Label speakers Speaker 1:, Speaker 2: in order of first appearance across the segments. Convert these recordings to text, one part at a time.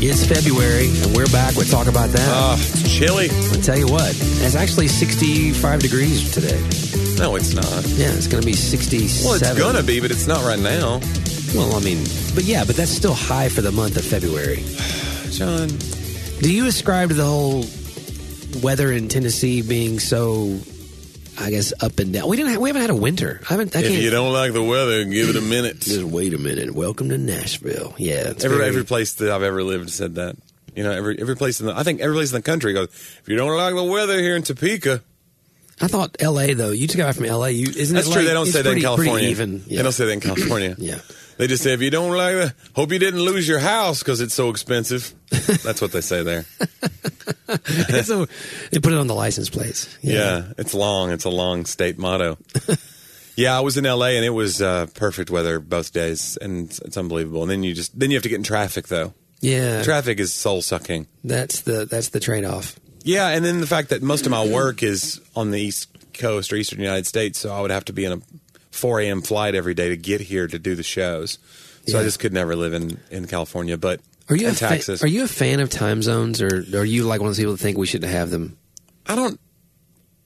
Speaker 1: It's February, and we're back. We'll talk about that.
Speaker 2: Uh, it's chilly.
Speaker 1: I'll tell you what, it's actually 65 degrees today.
Speaker 2: No, it's not.
Speaker 1: Yeah, it's going to be 67.
Speaker 2: Well, it's gonna be, but it's not right now.
Speaker 1: Well, I mean, but yeah, but that's still high for the month of February.
Speaker 2: John,
Speaker 1: Do you ascribe to the whole weather in Tennessee being so, I guess, up and down? We didn't. Have, we haven't had a winter. I haven't. I
Speaker 2: if
Speaker 1: can't.
Speaker 2: you don't like the weather, give it a minute.
Speaker 1: just wait a minute. Welcome to Nashville. Yeah, it's
Speaker 2: every
Speaker 1: very-
Speaker 2: every place that I've ever lived said that. You know, every every place in the I think every place in the country goes. If you don't like the weather here in Topeka,
Speaker 1: I thought L.A. though. You just got from L.A. You isn't
Speaker 2: that's
Speaker 1: it
Speaker 2: true.
Speaker 1: like-
Speaker 2: They don't
Speaker 1: it's
Speaker 2: say that in
Speaker 1: pretty- pretty
Speaker 2: California.
Speaker 1: even. Yeah.
Speaker 2: They don't say that in California.
Speaker 1: Yeah.
Speaker 2: They just say if you don't like the, hope you didn't lose your house because it's so expensive. That's what they say there.
Speaker 1: so they put it on the license plates.
Speaker 2: Yeah, it's long. It's a long state motto. yeah, I was in LA and it was uh, perfect weather both days, and it's, it's unbelievable. And then you just then you have to get in traffic though.
Speaker 1: yeah.
Speaker 2: Traffic is soul sucking.
Speaker 1: that's the that's the trade off.
Speaker 2: Yeah, and then the fact that most of my work is on the East Coast or Eastern United States, so I would have to be in a 4 a.m. flight every day to get here to do the shows. So I
Speaker 1: Yeah.
Speaker 2: just could never live in, in California, but
Speaker 1: Are you
Speaker 2: in
Speaker 1: a fa-
Speaker 2: Texas.
Speaker 1: are you a fan of time zones, or are you like one of those people that think we should have them?
Speaker 2: I don't.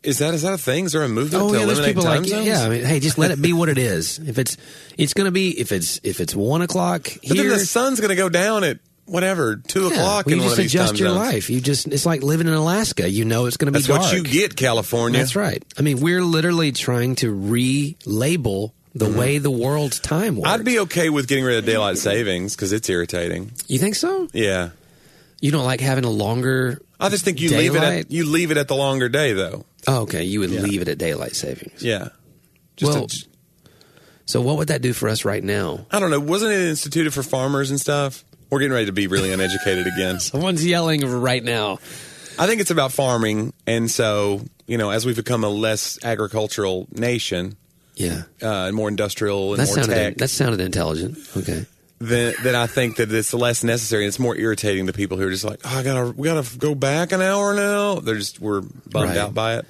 Speaker 2: Is that is that a thing? Is there a movement to
Speaker 1: Oh, there's
Speaker 2: eliminate time
Speaker 1: like
Speaker 2: zones?
Speaker 1: yeah. I mean, hey, just let it be what it is. If it's it's gonna be if it's if it's one o'clock
Speaker 2: But
Speaker 1: here,
Speaker 2: then the sun's going to go down at whatever two
Speaker 1: yeah,
Speaker 2: o'clock
Speaker 1: well,
Speaker 2: in
Speaker 1: you
Speaker 2: one
Speaker 1: just
Speaker 2: of these
Speaker 1: adjust
Speaker 2: time
Speaker 1: your
Speaker 2: zones.
Speaker 1: life. You just it's like living in Alaska. You know it's gonna be
Speaker 2: That's
Speaker 1: dark.
Speaker 2: what you get, California.
Speaker 1: That's right. I mean, we're literally trying to relabel the way the world's time works.
Speaker 2: Mm-hmm. I'd be okay with getting rid of daylight savings because it's irritating.
Speaker 1: you think so?
Speaker 2: Yeah,
Speaker 1: You don't like having a longer.
Speaker 2: I just think you leave it
Speaker 1: Daylight?
Speaker 2: at you leave it at the longer day though.
Speaker 1: Oh, okay, you would leave it at daylight savings.
Speaker 2: Yeah. Just
Speaker 1: Well-
Speaker 2: a, j-
Speaker 1: So what would that do for us right now?
Speaker 2: I don't know. Wasn't it instituted for farmers and stuff? We're getting ready to be really uneducated again.
Speaker 1: Someone's yelling right now.
Speaker 2: I think it's about farming, and so you know, as we become a less agricultural nation
Speaker 1: Yeah,
Speaker 2: uh, and more industrial and
Speaker 1: that
Speaker 2: more
Speaker 1: sounded
Speaker 2: tech,
Speaker 1: that sounded intelligent. Okay,
Speaker 2: then, then I think that it's less necessary. and It's more irritating to people who are just like, oh, I gotta, we gotta go back an hour now. They're just we're bummed
Speaker 1: Right.
Speaker 2: out by it.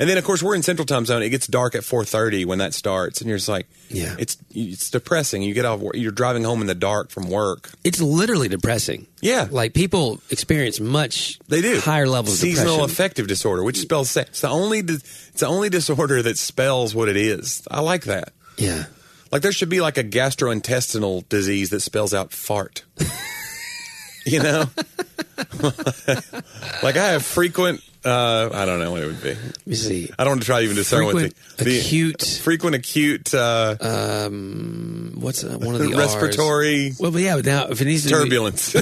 Speaker 2: And then of course we're in Central Time Zone. It gets dark at four thirty when that starts, and you're just like,
Speaker 1: Yeah.
Speaker 2: it's it's depressing. You get off, work, you're driving home in the dark from work.
Speaker 1: it's literally depressing.
Speaker 2: Yeah.
Speaker 1: like people experience much
Speaker 2: They do
Speaker 1: higher levels of
Speaker 2: seasonal
Speaker 1: depression.
Speaker 2: affective disorder, which spells sa- it's the only di- it's the only disorder that spells what it is. I like that.
Speaker 1: Yeah,
Speaker 2: Like there should be like a gastrointestinal disease that spells out fart. you know? like I have frequent uh I don't know what it would be.
Speaker 1: let me see.
Speaker 2: I don't want to try to even discern
Speaker 1: Frequent
Speaker 2: what the, the
Speaker 1: acute-
Speaker 2: frequent acute uh,
Speaker 1: What's uh, one of the R's?
Speaker 2: respiratory
Speaker 1: Well, but yeah, but now if it needs to
Speaker 2: turbulence.
Speaker 1: be,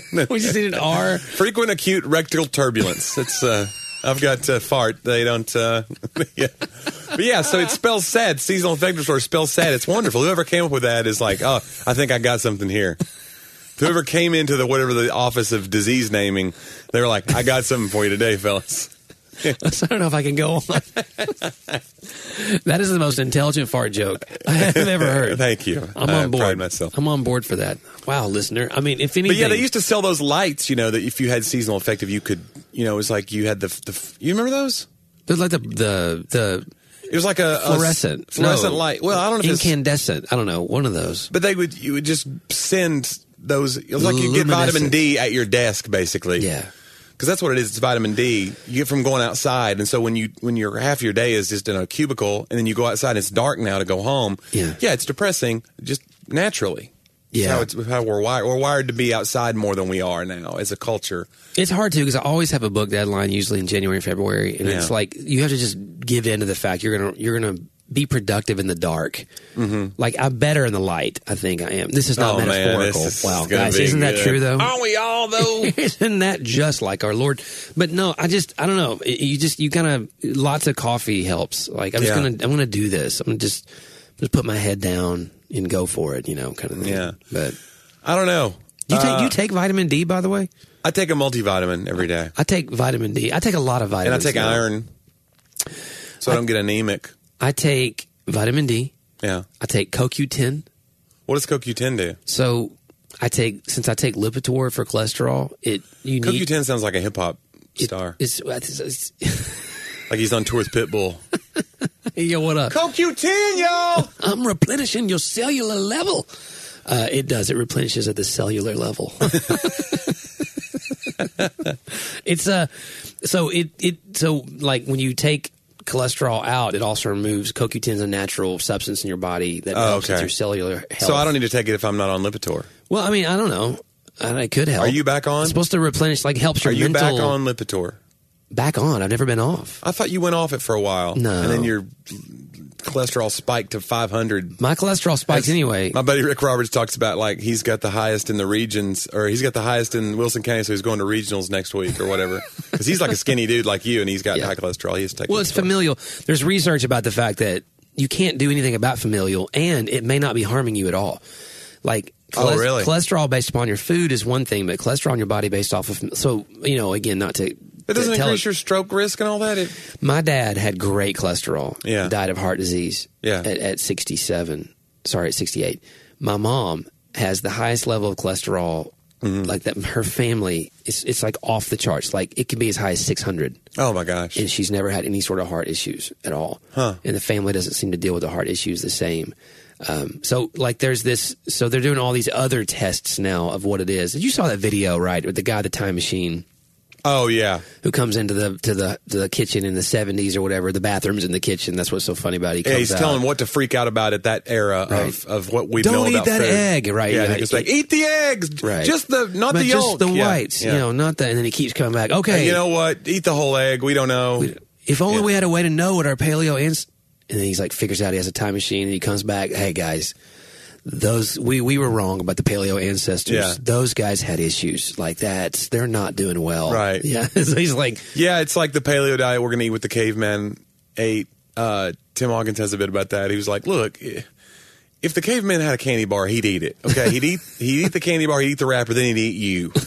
Speaker 1: we just need an R.
Speaker 2: frequent acute rectal turbulence. It's uh I've got uh, fart. They don't. Uh, yeah. But yeah, so it spells sad. Seasonal affective disorder spells sad. It's wonderful. Whoever came up with that is like, oh, I think I got something here. Whoever came into the whatever the office of disease naming, they were like, I got something for you today, fellas.
Speaker 1: I don't know if I can go on. that is the most intelligent fart joke I have ever heard.
Speaker 2: Thank you.
Speaker 1: I'm
Speaker 2: I
Speaker 1: on board.
Speaker 2: Pride myself.
Speaker 1: I'm on board for that. Wow, listener. I mean, if anything,
Speaker 2: But yeah, they used to sell those lights. You know that if you had seasonal affective, you could. You know, it was like you had the the. You remember those?
Speaker 1: they're like the the the
Speaker 2: It was like a a
Speaker 1: fluorescent
Speaker 2: s- fluorescent
Speaker 1: No.
Speaker 2: light. Well, I don't know if it's
Speaker 1: incandescent. I don't know one of those.
Speaker 2: But they would you would just send those it was like you get vitamin D at your desk basically.
Speaker 1: Yeah.
Speaker 2: Cuz that's what it is, it's vitamin D. You get from going outside and so when you when your half your day is just in a cubicle and then you go outside and it's dark now to go home.
Speaker 1: Yeah.
Speaker 2: Yeah, it's depressing just naturally. It's
Speaker 1: Yeah.
Speaker 2: how it's how we're wired. We're wired to be outside more than we are now as a culture.
Speaker 1: It's hard to because I always have a book deadline usually in January and February, and it's
Speaker 2: Yeah.
Speaker 1: like you have to just give in to the fact you're gonna you're gonna be productive in the dark. Mm-hmm. Like I'm better in the light. I think I am. This is not
Speaker 2: Oh, man, this
Speaker 1: metaphorical.
Speaker 2: is
Speaker 1: wow,
Speaker 2: gonna
Speaker 1: guys,
Speaker 2: be
Speaker 1: isn't that
Speaker 2: good.
Speaker 1: true though?
Speaker 2: Aren't we all though?
Speaker 1: Isn't that just like our Lord? But no, I just I don't know. You just you kind of lots of coffee helps. Like I'm just
Speaker 2: Yeah.
Speaker 1: gonna I'm gonna do this. I'm gonna just just put my head down and go for it. You know, kind of thing.
Speaker 2: Yeah.
Speaker 1: But
Speaker 2: I don't know.
Speaker 1: you take
Speaker 2: Uh,
Speaker 1: you take vitamin D by the way.
Speaker 2: I take a multivitamin every day.
Speaker 1: I take vitamin D. I take a lot of
Speaker 2: And I
Speaker 1: vitamins.
Speaker 2: take
Speaker 1: now.
Speaker 2: iron. So I don't get anemic.
Speaker 1: I take vitamin D.
Speaker 2: Yeah.
Speaker 1: I take CoQ10.
Speaker 2: What does CoQ10 do?
Speaker 1: So I take since I take Lipitor for cholesterol, it you
Speaker 2: Cookie
Speaker 1: need
Speaker 2: Ten sounds like a hip hop
Speaker 1: it-
Speaker 2: star.
Speaker 1: It's, it's, it's,
Speaker 2: like he's on tour with Pitbull.
Speaker 1: yo, what up?
Speaker 2: CoQ Ten, y'all.
Speaker 1: I'm replenishing your cellular level Uh, it does. It replenishes at the cellular level. it's uh, so it it so like when you take cholesterol out, it also removes CoQ10 is a natural substance in your body that
Speaker 2: Oh,
Speaker 1: helps with
Speaker 2: okay.
Speaker 1: your cellular health.
Speaker 2: So I don't need to take it if I'm not on Lipitor.
Speaker 1: Well, I mean, I don't know. I, it could help.
Speaker 2: Are you back on?
Speaker 1: It's supposed to replenish, like helps
Speaker 2: Are
Speaker 1: your
Speaker 2: you
Speaker 1: mental.
Speaker 2: back on Lipitor?
Speaker 1: Back on. I've never been off.
Speaker 2: I thought you went off it for a while.
Speaker 1: No.
Speaker 2: And then your cholesterol spiked to 500.
Speaker 1: My cholesterol spikes anyway.
Speaker 2: My buddy Rick Roberts talks about like he's got the highest in the regions, or he's got the highest in Wilson County, so he's going to regionals next week or whatever. Because he's like a skinny dude like you, and he's got
Speaker 1: Yeah.
Speaker 2: high cholesterol. He has to take
Speaker 1: Well, it's familial. There's research about the fact that you can't do anything about familial, and it may not be harming you at all. Like,
Speaker 2: Oh, really?
Speaker 1: cholesterol based upon your food is one thing, but cholesterol in your body based off of so you know again not to.
Speaker 2: It doesn't
Speaker 1: to tell
Speaker 2: increase
Speaker 1: it-
Speaker 2: your stroke risk and all that. It,
Speaker 1: My dad had great cholesterol.
Speaker 2: Yeah.
Speaker 1: Died of heart disease.
Speaker 2: Yeah.
Speaker 1: At, at 67. Sorry, at 68. My mom has the highest level of cholesterol.
Speaker 2: Mm-hmm.
Speaker 1: Like that, her family it's it's like off the charts. Like it can be as high as 600,
Speaker 2: oh my gosh.
Speaker 1: and she's never had any sort of heart issues at all.
Speaker 2: Huh.
Speaker 1: And the family doesn't seem to deal with the heart issues the same. Um, so like there's this. So they're doing all these other tests now of what it is. You saw that video, right? With the guy, at the time machine
Speaker 2: oh yeah.
Speaker 1: who comes into the to the to the kitchen in the seventies or whatever. The bathrooms in the kitchen. That's what's so funny about. it. He comes
Speaker 2: Yeah, he's
Speaker 1: out.
Speaker 2: telling what to freak out about at that era
Speaker 1: Right.
Speaker 2: of, of what we
Speaker 1: Don't
Speaker 2: know
Speaker 1: eat
Speaker 2: about
Speaker 1: that
Speaker 2: food.
Speaker 1: egg, right,
Speaker 2: Yeah,
Speaker 1: yeah,
Speaker 2: it's
Speaker 1: it-
Speaker 2: like eat the eggs,
Speaker 1: Right.
Speaker 2: Just the not
Speaker 1: but
Speaker 2: the
Speaker 1: just
Speaker 2: yolk,
Speaker 1: the
Speaker 2: Yeah,
Speaker 1: whites,
Speaker 2: yeah.
Speaker 1: you know, not the. And then he keeps coming back.
Speaker 2: Hey,
Speaker 1: Okay,
Speaker 2: you know what? Eat the whole egg. We don't know.
Speaker 1: if only
Speaker 2: yeah.
Speaker 1: we had a way to know what our paleo ans. And then he's like, figures out he has a time machine, and he comes back. Hey guys, those we we were wrong about the paleo ancestors.
Speaker 2: Yeah.
Speaker 1: Those guys had issues like that. They're not doing well.
Speaker 2: Right.
Speaker 1: Yeah. so he's like,
Speaker 2: yeah, it's like the paleo diet we're going to eat what the caveman ate. Uh, Tim Hawkins has a bit about that. He was like, look, i- if the caveman had a candy bar, he'd eat it. Okay, he'd eat he'd eat the candy bar, he'd eat the wrapper, then he'd eat you.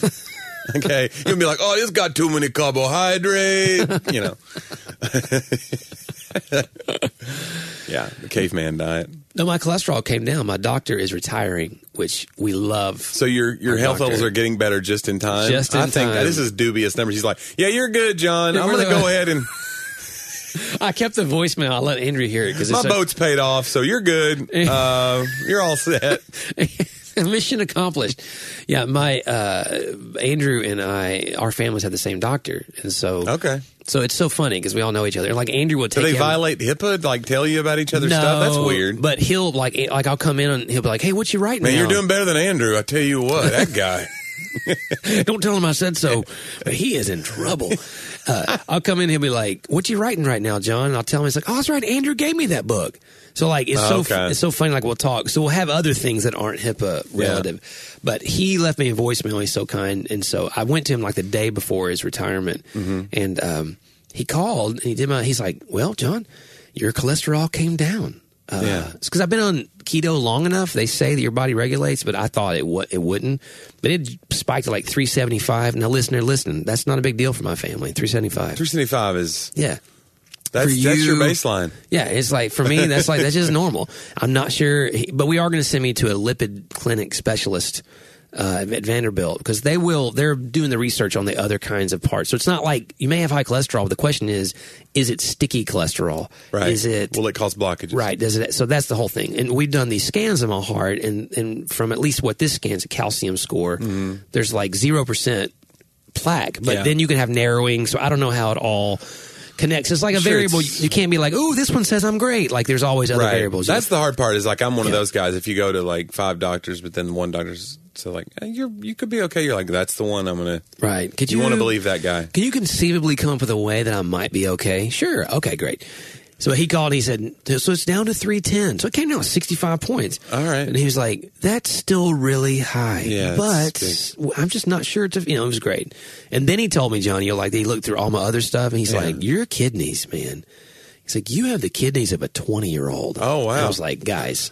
Speaker 2: Okay, he'd be like, oh, it's got too many carbohydrate. You know. yeah, the caveman diet.
Speaker 1: no, my cholesterol came down. My doctor is retiring, which we love.
Speaker 2: So your your
Speaker 1: Our
Speaker 2: health
Speaker 1: doctor.
Speaker 2: levels are getting better just in time.
Speaker 1: Just in
Speaker 2: I think
Speaker 1: time.
Speaker 2: this is dubious numbers. He's like, yeah, you're good, John. I'm
Speaker 1: we're
Speaker 2: going to
Speaker 1: the-
Speaker 2: go ahead and
Speaker 1: I kept the voicemail. I let Andrew hear it because
Speaker 2: my boat's paid off, so you're good. Uh, you're all set.
Speaker 1: Mission accomplished. Yeah, my uh, Andrew and I, our families had the same doctor, and so
Speaker 2: Okay.
Speaker 1: so it's so funny because we all know each other. And like Andrew will
Speaker 2: Do
Speaker 1: take
Speaker 2: they
Speaker 1: him-
Speaker 2: violate HIPAA? Like tell you about each other's
Speaker 1: no,
Speaker 2: stuff? That's weird.
Speaker 1: But he'll like eh, like I'll come in and he'll be like, "Hey, what you writing?"
Speaker 2: Man,
Speaker 1: now?
Speaker 2: you're doing better than Andrew. I tell you what, that guy.
Speaker 1: Don't tell him I said so. But he is in trouble. Uh, I'll come in. He'll be like, "What you writing right now, John?" And I'll tell him. He's like, "Oh, that's right. Andrew gave me that book." So like, it's so
Speaker 2: Okay.
Speaker 1: it's so funny. Like we'll talk. So we'll have other things that aren't HIPAA relative. But he left me a voicemail. He's so kind, and so I went to him like the day before his retirement,
Speaker 2: Mm-hmm.
Speaker 1: and um, he called and he did my. He's like, "Well, John, your cholesterol came down." Uh,
Speaker 2: Yeah.
Speaker 1: because I've been on keto long enough. They say that your body regulates, but I thought it wa it wouldn't. But it spiked to like 375. Now, listener, listen, that's not a big deal for my family. 375.
Speaker 2: 375 is
Speaker 1: Yeah. For
Speaker 2: that's, that's your
Speaker 1: you-
Speaker 2: baseline.
Speaker 1: Yeah, it's like for me, that's like that's just normal. I'm not sure, but we are going to send me to a lipid clinic specialist uh, at Vanderbilt because they will. They're doing the research on the other kinds of parts. So it's not like you may have high cholesterol. But the question is, is it sticky cholesterol?
Speaker 2: Right.
Speaker 1: Is it
Speaker 2: Will it cause blockages?
Speaker 1: Right. Does it? So that's the whole thing. And we've done these scans of my heart, and and from at least what this scans a calcium score, there's like zero percent plaque. But
Speaker 2: Mm-hmm. Yeah.
Speaker 1: then you can have narrowing. So I don't know how it all connects. It's like a
Speaker 2: Sure,
Speaker 1: variable.
Speaker 2: it's-
Speaker 1: You can't be like, oh, this one says I'm great. Like there's always other
Speaker 2: Right.
Speaker 1: variables.
Speaker 2: That's the hard part. Is like I'm one
Speaker 1: Yeah.
Speaker 2: of those guys. If you go to like five doctors, but then one doctor's so like eh, you're you could be okay. You're like that's the one I'm gonna.
Speaker 1: right. Could
Speaker 2: You
Speaker 1: you
Speaker 2: want to believe that guy?
Speaker 1: Can you conceivably come up with a way that I might be okay? Sure. Okay, great. So he called and he said, so it's down to 310. So it came down to 65 points.
Speaker 2: All right.
Speaker 1: And he was like, that's still really high.
Speaker 2: Yeah, it's
Speaker 1: But
Speaker 2: big.
Speaker 1: I'm just not sure it's, a-" you know, it was great. And then he told me, Johnny, like, he looked through all my other stuff and he's
Speaker 2: Yeah.
Speaker 1: like, your kidneys, man. He's like, you have the kidneys of a 20 year old.
Speaker 2: Oh, wow.
Speaker 1: And I was like, guys.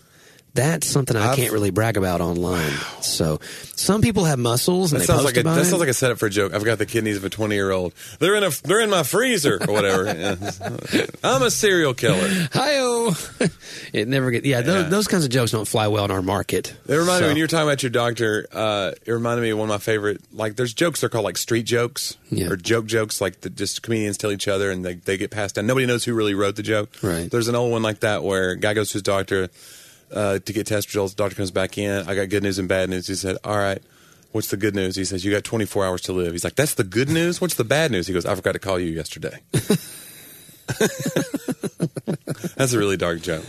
Speaker 1: That's something I
Speaker 2: I've-
Speaker 1: can't really brag about online. So, some people have muscles and
Speaker 2: That
Speaker 1: they
Speaker 2: sounds
Speaker 1: post
Speaker 2: like a,
Speaker 1: about
Speaker 2: that
Speaker 1: it.
Speaker 2: sounds like a setup for a joke. I've got the kidneys of a twenty year old. They're in a they're in my freezer or whatever. Yeah. I'm a serial killer.
Speaker 1: Hi-oh. it never get yeah, Those,
Speaker 2: Yeah.
Speaker 1: those kinds of jokes don't fly well in our market.
Speaker 2: It reminded me
Speaker 1: So-
Speaker 2: when you were talking about your doctor. Uh, it reminded me of one of my favorite. Like, there's jokes they're called like street jokes
Speaker 1: Yeah.
Speaker 2: or joke jokes, like that just comedians tell each other and they they get passed down. Nobody knows who really wrote the joke.
Speaker 1: Right.
Speaker 2: There's an old one like that where a guy goes to his doctor. uh, to get test results. Doctor comes back in. I got good news and bad news. He said, "All right, what's the good news?" He says, "You got 24 hours to live." He's like, "That's the good news. What's the bad news?" He goes, "I forgot to call you yesterday." That's a really dark joke.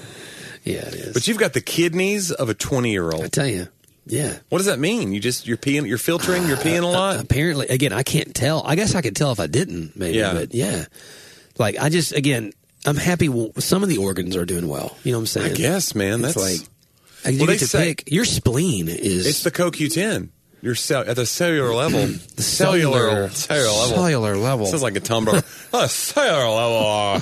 Speaker 1: Yeah, it is.
Speaker 2: But you've got the kidneys of a 20 year
Speaker 1: I
Speaker 2: old.
Speaker 1: tell you, yeah.
Speaker 2: What does that mean? You just you're peeing, you're filtering, you're peeing a lot.
Speaker 1: Apparently, again, I can't tell. I guess I could tell if I didn't, maybe.
Speaker 2: Yeah.
Speaker 1: But yeah, like I just again, I'm happy. w- Some of the organs are doing well. You know what I'm saying?
Speaker 2: I guess, man.
Speaker 1: It's
Speaker 2: That's
Speaker 1: like- Like, you
Speaker 2: Well,
Speaker 1: get
Speaker 2: they
Speaker 1: to
Speaker 2: say-
Speaker 1: pick. Your spleen is
Speaker 2: It's the CoQ10. Your cell at the cellular level. the cellular cellular level.
Speaker 1: cellular level.
Speaker 2: Sounds like a tumbler. uh, cellular level. uh,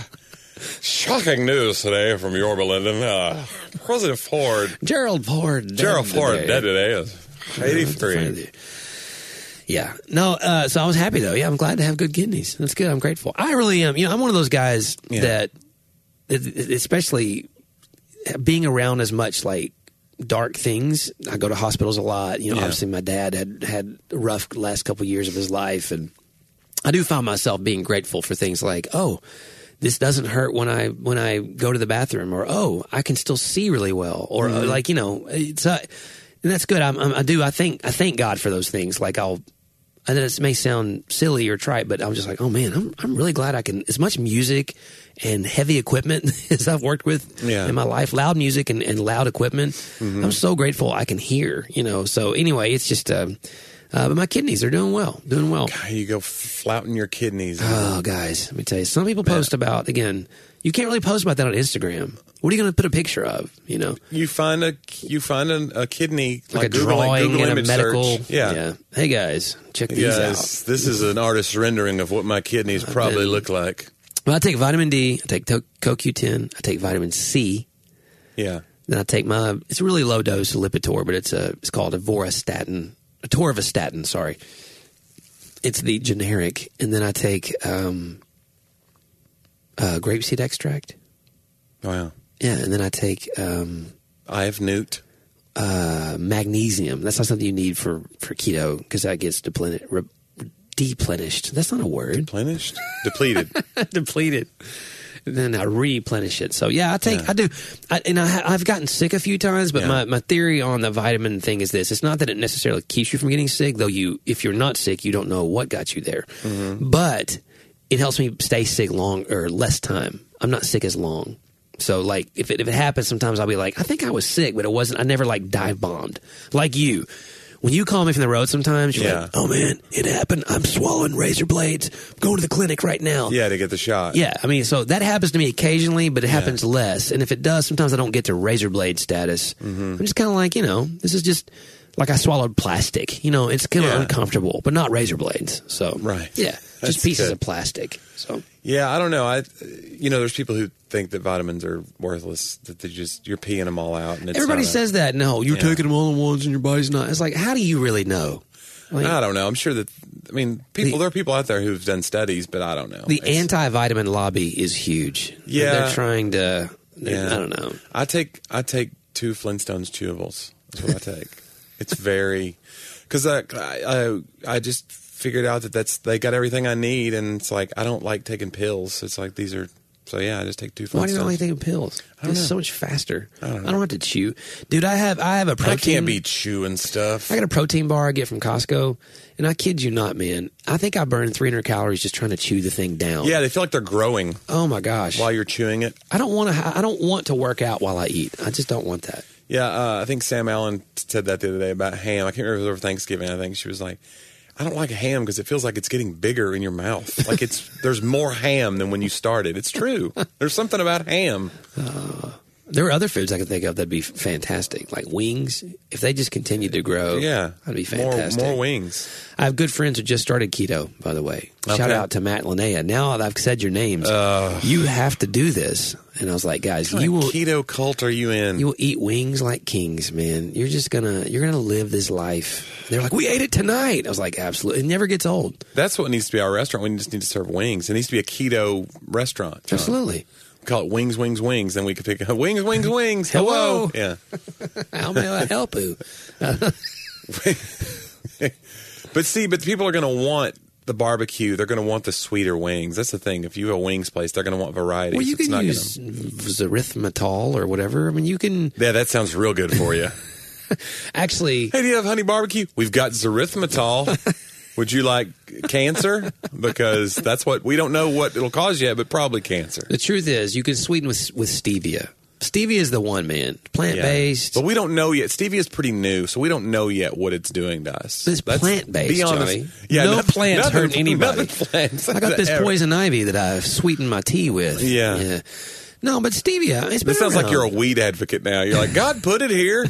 Speaker 2: shocking news today from your Belinda. Uh, President Ford,
Speaker 1: Gerald Ford. dead
Speaker 2: Gerald Ford,
Speaker 1: today.
Speaker 2: dead today. Is Eighty-three.
Speaker 1: Yeah. No, uh, so I was happy though. Yeah, I'm glad to have good kidneys. That's good. I'm grateful. I really am. You know, I'm one of those guys
Speaker 2: Yeah.
Speaker 1: that, especially being around as much like dark things, I go to hospitals a lot. You know,
Speaker 2: Yeah.
Speaker 1: obviously my dad had had a rough last couple years of his life and I do find myself being grateful for things like, oh, this doesn't hurt when I when I go to the bathroom, or oh, I can still see really well, or uh, like you know, it's uh, and that's good. I'm, I'm, I do. I thank I thank God for those things. Like I'll, and it may sound silly or trite, but I'm just like, oh man, I'm I'm really glad I can as much music and heavy equipment as I've worked with
Speaker 2: Yeah. Mm-hmm.
Speaker 1: in my life, loud music and, and loud equipment. I'm so grateful I can hear. You know. So anyway, it's just. Uh, uh, but my kidneys are doing well, doing well.
Speaker 2: You go flouting your kidneys.
Speaker 1: Oh, guys, let me tell you. Some people post about again. You can't really post about that on Instagram. What are you going to put a picture of? You know,
Speaker 2: You find a you find a, a kidney
Speaker 1: like, a
Speaker 2: Google-
Speaker 1: drawing
Speaker 2: Google
Speaker 1: and a
Speaker 2: image
Speaker 1: medical.
Speaker 2: Search. Yeah.
Speaker 1: Hey guys, check these out.
Speaker 2: Yes, this is an artist's rendering of what my kidneys probably
Speaker 1: been-
Speaker 2: look like.
Speaker 1: Well, I take vitamin D. I take to- CoQ10. I take vitamin C.
Speaker 2: Yeah.
Speaker 1: Then I take my. It's a really low dose of Lipitor, but it's a. It's called avorvastatin. Atorvastatin. Sorry. It's the generic, and then I take um, uh, grapeseed extract.
Speaker 2: Wow.
Speaker 1: Oh, Yeah, and then I take um,
Speaker 2: I have newt.
Speaker 1: uh, magnesium. That's not something you need for for keto because that gets depleted. Re- Deplenished. That's not a word.
Speaker 2: Plenished? Depleted.
Speaker 1: Depleted. Then I replenish it. So yeah, I take, I do, I, and I, ha- I've gotten sick a few times. But
Speaker 2: Yeah.
Speaker 1: my, my theory on the vitamin thing is this: it's not that it necessarily keeps you from getting sick, though. You, if you're not sick, you don't know what got you there.
Speaker 2: Mm-hmm.
Speaker 1: But it helps me stay sick long or less time. I'm not sick as long. So like if it if it happens, sometimes I'll be like, I think I was sick, but it wasn't. I never like dive bombed like you. When you call me from the road, sometimes you're
Speaker 2: Yeah.
Speaker 1: like, "Oh man, it happened. I'm swallowing razor blades. I'm going to the clinic right now."
Speaker 2: yeah, to get the shot.
Speaker 1: Yeah, I mean, so that happens to me occasionally, but it happens less. And if it does, sometimes I don't get to razor blade status.
Speaker 2: Mm-hmm.
Speaker 1: I'm just kind of like, you know, this is just like I swallowed plastic. You know, it's kind of
Speaker 2: Yeah.
Speaker 1: uncomfortable, but not razor blades. So
Speaker 2: Right.
Speaker 1: yeah,
Speaker 2: That's
Speaker 1: just pieces
Speaker 2: good.
Speaker 1: of plastic. So
Speaker 2: Yeah, I don't know. I, you know, there's people who think that vitamins are worthless. That they just you're peeing them all out. And it's
Speaker 1: everybody
Speaker 2: not a-
Speaker 1: says that. No, you're
Speaker 2: Yeah.
Speaker 1: taking them all at once, and your body's not. It's like, how do you really know? Like,
Speaker 2: I don't know. I'm sure that. I mean, people. there are people out there who've done studies, but I don't know.
Speaker 1: the
Speaker 2: It's-
Speaker 1: anti-vitamin lobby is huge.
Speaker 2: Yeah.
Speaker 1: they're trying to.
Speaker 2: Yeah.
Speaker 1: I don't know.
Speaker 2: I take I take two Flintstones chewables. That's what I take. it's very because I, I I just figured out that that's they got everything I need, and it's like I don't like taking pills. It's like these are so yeah. I just take two Flintstones.
Speaker 1: Why do you not like taking pills? It's so much faster. I don't, have to chew, dude. I have I have a protein.
Speaker 2: I can't be chewing stuff.
Speaker 1: I got a protein bar I get from Costco, and I kid you not, man. I think I burned 300 calories just trying to chew the thing down.
Speaker 2: yeah, they feel like they're growing
Speaker 1: Oh my gosh.
Speaker 2: while you're chewing it.
Speaker 1: I don't want to. I don't want to work out while I eat. I just don't want that.
Speaker 2: Yeah, uh, I think Sam Allen said that the other day about ham. I can't remember if it was over Thanksgiving. I think she was like, "I don't like a ham because it feels like it's getting bigger in your mouth. Like it's there's more ham than when you started. It's true. There's something about ham.
Speaker 1: There are other foods I can think of that'd be fantastic, like wings. If they just continued to grow,
Speaker 2: Yeah,
Speaker 1: that'd be
Speaker 2: more
Speaker 1: fantastic.
Speaker 2: more wings.
Speaker 1: I have good friends who just started keto, by the way. Shout
Speaker 2: Okay.
Speaker 1: out to Matt Linnea. Now that I've said your names, you have to do this. And I was like, guys,
Speaker 2: You
Speaker 1: you will
Speaker 2: keto cult are you in?
Speaker 1: you will eat wings like kings, man. You're just gonna you're gonna live this life. They're like, we ate it tonight. I was like, absolutely. It never gets old.
Speaker 2: That's what needs to be our restaurant. We just need to serve wings. It needs to be a keto restaurant. John.
Speaker 1: Absolutely.
Speaker 2: We call it wings, wings, wings. Then we could pick wings, wings, wings. Hello.
Speaker 1: Hello.
Speaker 2: Yeah.
Speaker 1: How may I help you?
Speaker 2: but see, but people are going to want the barbecue, they're going to want the sweeter wings. That's the thing. If you have a wings place, they're going to want variety.
Speaker 1: Well, you
Speaker 2: It's
Speaker 1: can
Speaker 2: not
Speaker 1: use erythritol or whatever. I mean, you can
Speaker 2: Gonna, yeah, that sounds real good for you.
Speaker 1: actually.
Speaker 2: hey, do you have honey barbecue? We've got Zerythmitol. Would you like cancer? Because that's what we don't know what it'll cause yet, but probably cancer.
Speaker 1: The truth is, you can sweeten with with stevia. Stevia is the one man plant based.
Speaker 2: But we don't know yet. Stevia is pretty new, so we don't know yet what it's doing to us.
Speaker 1: It's
Speaker 2: That's-
Speaker 1: plant-based,
Speaker 2: be honest.
Speaker 1: Johnny.
Speaker 2: Yeah,
Speaker 1: No
Speaker 2: nothing-
Speaker 1: plants
Speaker 2: nothing-
Speaker 1: hurt anybody.
Speaker 2: nothing plants
Speaker 1: I got this
Speaker 2: ever.
Speaker 1: poison ivy that I've sweetened my tea with.
Speaker 2: Yeah.
Speaker 1: No, but stevia. It's been
Speaker 2: This sounds like
Speaker 1: around.
Speaker 2: you're a weed advocate now. You're like, God put it here.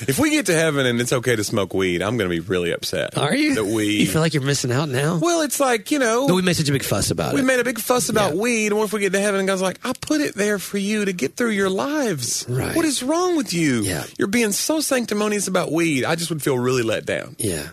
Speaker 2: if we get to heaven and it's okay to smoke weed, I'm going to be really upset.
Speaker 1: Are you?
Speaker 2: That we.
Speaker 1: You feel like you're missing out now?
Speaker 2: well, it's like you know.
Speaker 1: No, we made such a big fuss about
Speaker 2: we
Speaker 1: it.
Speaker 2: made a big fuss about
Speaker 1: Yeah.
Speaker 2: weed, and what if we get to heaven and God's like, I put it there for you to get through your lives.
Speaker 1: Right.
Speaker 2: What is wrong with you?
Speaker 1: Yeah.
Speaker 2: You're being so sanctimonious about weed. I just would feel really let down.
Speaker 1: yeah.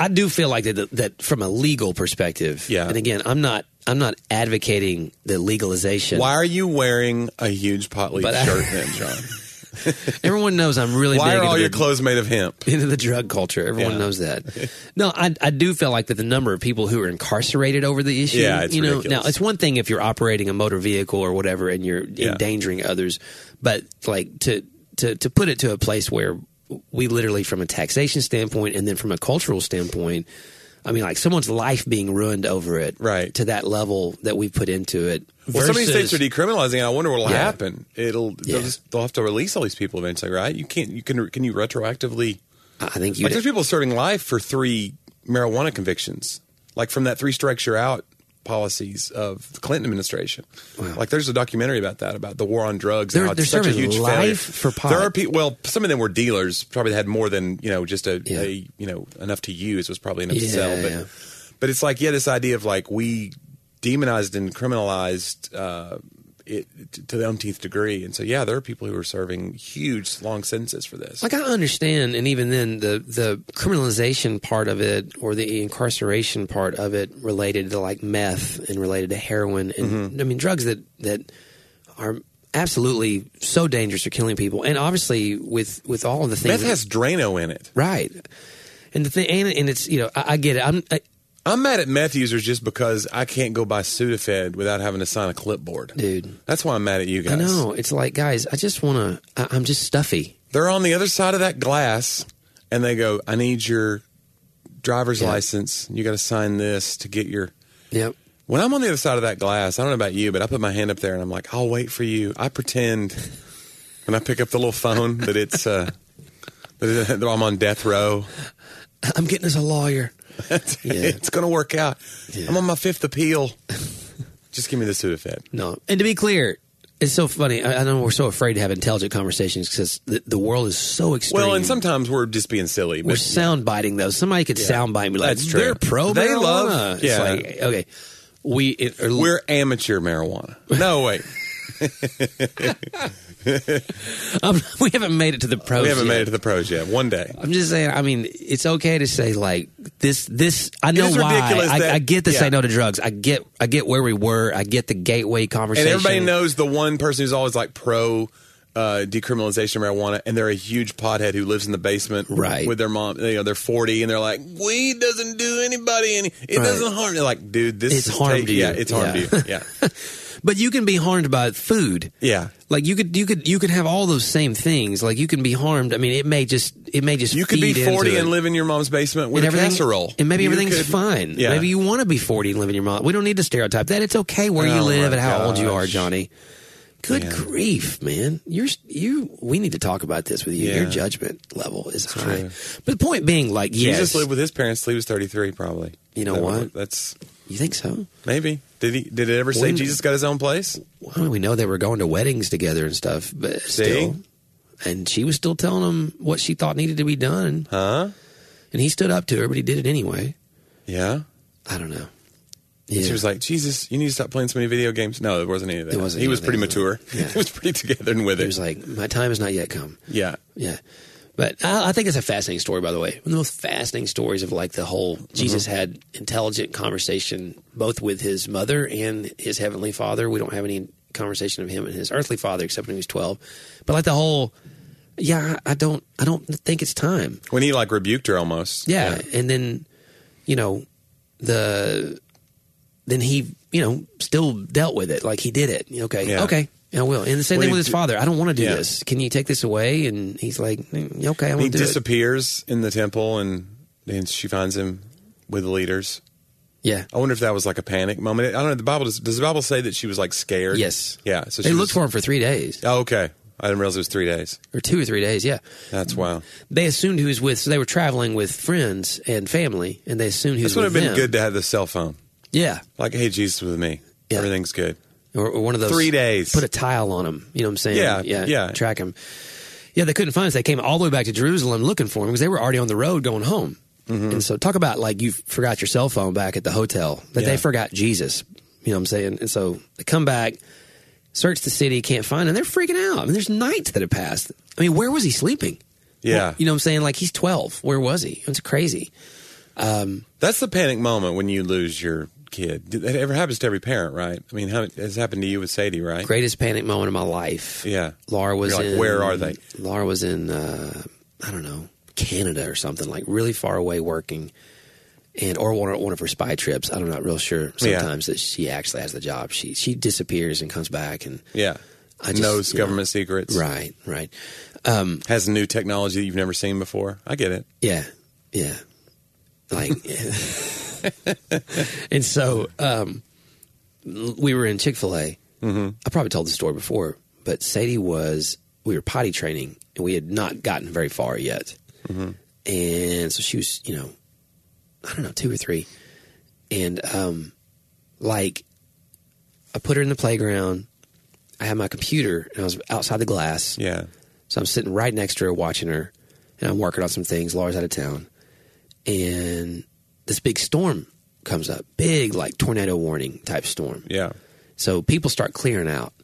Speaker 1: I do feel like that, that from a legal perspective.
Speaker 2: Yeah.
Speaker 1: And again, I'm not I'm not advocating the legalization.
Speaker 2: Why are you wearing a huge pot leaf
Speaker 1: But I-
Speaker 2: shirt then, John?
Speaker 1: Everyone knows I'm really
Speaker 2: Why
Speaker 1: big
Speaker 2: are
Speaker 1: into
Speaker 2: all your
Speaker 1: the-
Speaker 2: clothes made of hemp?
Speaker 1: into the drug culture. Everyone
Speaker 2: Yeah.
Speaker 1: knows that. No, I, I do feel like that the number of people who are incarcerated over the issue.
Speaker 2: Yeah, it's
Speaker 1: you know,
Speaker 2: ridiculous.
Speaker 1: now it's one thing if you're operating a motor vehicle or whatever and you're
Speaker 2: Yeah.
Speaker 1: endangering others, but like to to to put it to a place where we literally, from a taxation standpoint and then from a cultural standpoint. I mean, like someone's life being ruined over it,
Speaker 2: Right.
Speaker 1: To that level that we put into it.
Speaker 2: Well, some of these
Speaker 1: versus-
Speaker 2: states are decriminalizing. it. I wonder what'll
Speaker 1: Yeah.
Speaker 2: happen. It'll
Speaker 1: Yeah.
Speaker 2: they'll, just, they'll have to release all these people eventually, right? You can't. You can. Can you retroactively?
Speaker 1: I think you.
Speaker 2: Like there's people serving life for three marijuana convictions, like from that three strikes you're out policies of the Clinton administration. Like there's a documentary about that, about the war on drugs.
Speaker 1: They're-
Speaker 2: and how it's
Speaker 1: they're
Speaker 2: such a
Speaker 1: serving
Speaker 2: huge
Speaker 1: life
Speaker 2: failure.
Speaker 1: for pot.
Speaker 2: There are people. Well, some of them were dealers. Probably had more than you know, just a,
Speaker 1: Yeah.
Speaker 2: a you know enough to use was probably enough to
Speaker 1: Yeah,
Speaker 2: sell. But
Speaker 1: yeah.
Speaker 2: but it's like yeah, this idea of like we demonized and criminalized. Uh, it to the umpteenth degree, and so yeah, there are people who are serving huge long sentences for this.
Speaker 1: Like I understand, and even then, the the criminalization part of it or the incarceration part of it related to like meth and related to heroin and
Speaker 2: Mm-hmm.
Speaker 1: I mean drugs that that are absolutely so dangerous are killing people, and obviously with with all of the things
Speaker 2: Meth has Drano in it.
Speaker 1: right, and the thing and, and it's you know I, I get it I'm I,
Speaker 2: I'm mad at meth users just because I can't go buy Sudafed without having to sign a clipboard.
Speaker 1: dude
Speaker 2: That's why I'm mad at you guys.
Speaker 1: I know it's like guys I just want to I'm just stuffy
Speaker 2: They're on the other side of that glass and they go, I need your driver's
Speaker 1: Yeah.
Speaker 2: license. You got to sign this to get your.
Speaker 1: yep
Speaker 2: When I'm on the other side of that glass, I don't know about you, but I put my hand up there and I'm like, I'll wait for you. I pretend when I pick up the little phone that it's, uh, that I'm on death row.
Speaker 1: I'm getting as a lawyer Yeah.
Speaker 2: It's going to work out.
Speaker 1: Yeah.
Speaker 2: I'm on my fifth appeal. just give me the Sudafed.
Speaker 1: No, and to be clear, it's so funny. I, I know we're so afraid to have intelligent conversations because the, the world is so extreme.
Speaker 2: Well, and sometimes we're just being silly.
Speaker 1: we're
Speaker 2: But
Speaker 1: sound biting though. Somebody could sound bite me like
Speaker 2: That's true.
Speaker 1: they're pro.
Speaker 2: They
Speaker 1: marijuana."
Speaker 2: love-
Speaker 1: It's
Speaker 2: yeah.
Speaker 1: like, okay, we it, or,
Speaker 2: we're amateur marijuana. No, wait.
Speaker 1: um, we haven't made it to the pros.
Speaker 2: We haven't
Speaker 1: yet.
Speaker 2: made it to the pros yet. One day.
Speaker 1: I'm just saying. Oh, I mean, it's okay to say like this. This I know
Speaker 2: is
Speaker 1: why.
Speaker 2: ridiculous
Speaker 1: I,
Speaker 2: that-
Speaker 1: I get to
Speaker 2: yeah.
Speaker 1: say no to drugs. I get. I get where we were. I get the gateway
Speaker 2: And
Speaker 1: conversation.
Speaker 2: everybody knows the one person who's always like pro uh, decriminalization of marijuana, and they're a huge pothead who lives in the basement
Speaker 1: Right.
Speaker 2: with their mom. You know, they're 40, and they're like, weed doesn't do anybody any. It
Speaker 1: Right.
Speaker 2: doesn't harm. They're like, dude, this
Speaker 1: It's
Speaker 2: is
Speaker 1: harm
Speaker 2: ta-
Speaker 1: to
Speaker 2: Yeah,
Speaker 1: you.
Speaker 2: it's harm
Speaker 1: Yeah.
Speaker 2: to you. Yeah.
Speaker 1: But you can be harmed by food.
Speaker 2: Yeah.
Speaker 1: Like you could you could you could have all those same things. Like you can be harmed. I mean, it may just it may just
Speaker 2: You could be
Speaker 1: feed into
Speaker 2: 40
Speaker 1: it.
Speaker 2: and live in your mom's basement with
Speaker 1: And
Speaker 2: a
Speaker 1: everything-
Speaker 2: casserole.
Speaker 1: and maybe
Speaker 2: You
Speaker 1: everything's
Speaker 2: could-
Speaker 1: fine.
Speaker 2: Yeah.
Speaker 1: Maybe you want to be forty and live in your mom. We don't need to stereotype that. It's okay where you
Speaker 2: Oh,
Speaker 1: live
Speaker 2: my
Speaker 1: and how old you are,
Speaker 2: gosh.
Speaker 1: Johnny. Good
Speaker 2: Man.
Speaker 1: grief, man! You're you. We need to talk about this with you. Your
Speaker 2: Yeah.
Speaker 1: judgment level is high. But the point being, like, yes,
Speaker 2: Jesus lived with his parents till he was 33, probably.
Speaker 1: You know
Speaker 2: That-
Speaker 1: what?
Speaker 2: That's.
Speaker 1: you think so?
Speaker 2: Maybe did he? Did it ever say
Speaker 1: Wouldn't-
Speaker 2: Jesus got his own place?
Speaker 1: Well, I mean, we know they were going to weddings together and stuff, but still. And she was still telling him what she thought needed to be done.
Speaker 2: Huh?
Speaker 1: And he stood up to her, but he did it anyway.
Speaker 2: Yeah.
Speaker 1: I don't know.
Speaker 2: And
Speaker 1: Yeah.
Speaker 2: She was like, Jesus, you need to stop playing so many video games. No, it wasn't any of that.
Speaker 1: It wasn't
Speaker 2: he
Speaker 1: any
Speaker 2: was
Speaker 1: of
Speaker 2: pretty
Speaker 1: that.
Speaker 2: mature.
Speaker 1: Yeah.
Speaker 2: he was pretty together and with
Speaker 1: he
Speaker 2: it.
Speaker 1: was like, my time has not yet come.
Speaker 2: yeah.
Speaker 1: Yeah. But I, I think it's a fascinating story, by the way. One of the most fascinating stories of like the whole
Speaker 2: Mm-hmm.
Speaker 1: Jesus had intelligent conversation both with his mother and his heavenly father. We don't have any conversation of him and his earthly father except when he was 12. But like the whole, yeah, I I don't, I don't think it's time.
Speaker 2: When he like rebuked her almost.
Speaker 1: Yeah. And then you know, the then he, you know, still dealt with it. Like he did it. Okay.
Speaker 2: Yeah.
Speaker 1: Okay. I will. And the same
Speaker 2: Well,
Speaker 1: thing
Speaker 2: he
Speaker 1: with his
Speaker 2: d-
Speaker 1: father. I don't want to do
Speaker 2: Yeah.
Speaker 1: this. Can you take this away? And he's like, "Mm, okay, I
Speaker 2: He
Speaker 1: want to do it.
Speaker 2: disappears in the temple, and, and she finds him with the leaders.
Speaker 1: Yeah.
Speaker 2: I wonder if that was like a panic moment. I don't know. The Bible does, does the Bible say that she was like scared?
Speaker 1: Yes.
Speaker 2: Yeah. So
Speaker 1: They
Speaker 2: she
Speaker 1: looked
Speaker 2: was-
Speaker 1: for him for three days
Speaker 2: Oh, okay. I didn't realize it was three days.
Speaker 1: or two or three days. Yeah.
Speaker 2: That's wow.
Speaker 1: They assumed he was with, so they were traveling with friends and family, and they assumed he was
Speaker 2: This would have
Speaker 1: with
Speaker 2: been
Speaker 1: them.
Speaker 2: good to have the cell phone.
Speaker 1: Yeah.
Speaker 2: Like, hey, Jesus with me.
Speaker 1: Yeah.
Speaker 2: Everything's good.
Speaker 1: Or, or one of those.
Speaker 2: Three days.
Speaker 1: Put a tile on him. You know what I'm saying?
Speaker 2: Yeah,
Speaker 1: Yeah.
Speaker 2: yeah.
Speaker 1: Track him. Yeah, they couldn't find us. They came all the way back to Jerusalem looking for him because they were already on the road going home.
Speaker 2: Mm-hmm.
Speaker 1: And so talk about like you forgot your cell phone back at the hotel, but
Speaker 2: Yeah.
Speaker 1: they forgot Jesus. You know what I'm saying? And so they come back, search the city, can't find him. They're freaking out. I mean, there's nights that have passed. I mean, where was he sleeping?
Speaker 2: Yeah.
Speaker 1: Well, you know what I'm saying? Like he's 12. Where was he? It's crazy.
Speaker 2: That's the panic moment when you lose your kid. That ever happens to every parent, right? I mean, how, it's happened to you with Sadie, right?
Speaker 1: Greatest panic moment of my life.
Speaker 2: Yeah.
Speaker 1: Laura was
Speaker 2: You're like,
Speaker 1: in.
Speaker 2: "Where are they?"
Speaker 1: Laura was in. Uh, I don't know Canada or something like really far away working, and or one, one of her spy trips. I'm not real sure.
Speaker 2: Yeah.
Speaker 1: Sometimes that she actually has the job. She she disappears and comes back and
Speaker 2: Yeah.
Speaker 1: I just-
Speaker 2: Knows
Speaker 1: yeah.
Speaker 2: government secrets.
Speaker 1: right right
Speaker 2: Has new technology that you've never seen before. I get it.
Speaker 1: yeah yeah like and so um, we were in Chick Fil A. Mm-hmm. I probably told the story before, but Sadie was we were potty training and we had not gotten very far yet. and so she was you know i don't know two or three and um like i put her in the playground i had my computer and i was outside the glass
Speaker 2: Yeah.
Speaker 1: so i'm sitting right next to her watching her and i'm working on some things laura's out of town and this big storm comes up big like tornado warning type storm
Speaker 2: Yeah.
Speaker 1: so people start clearing out.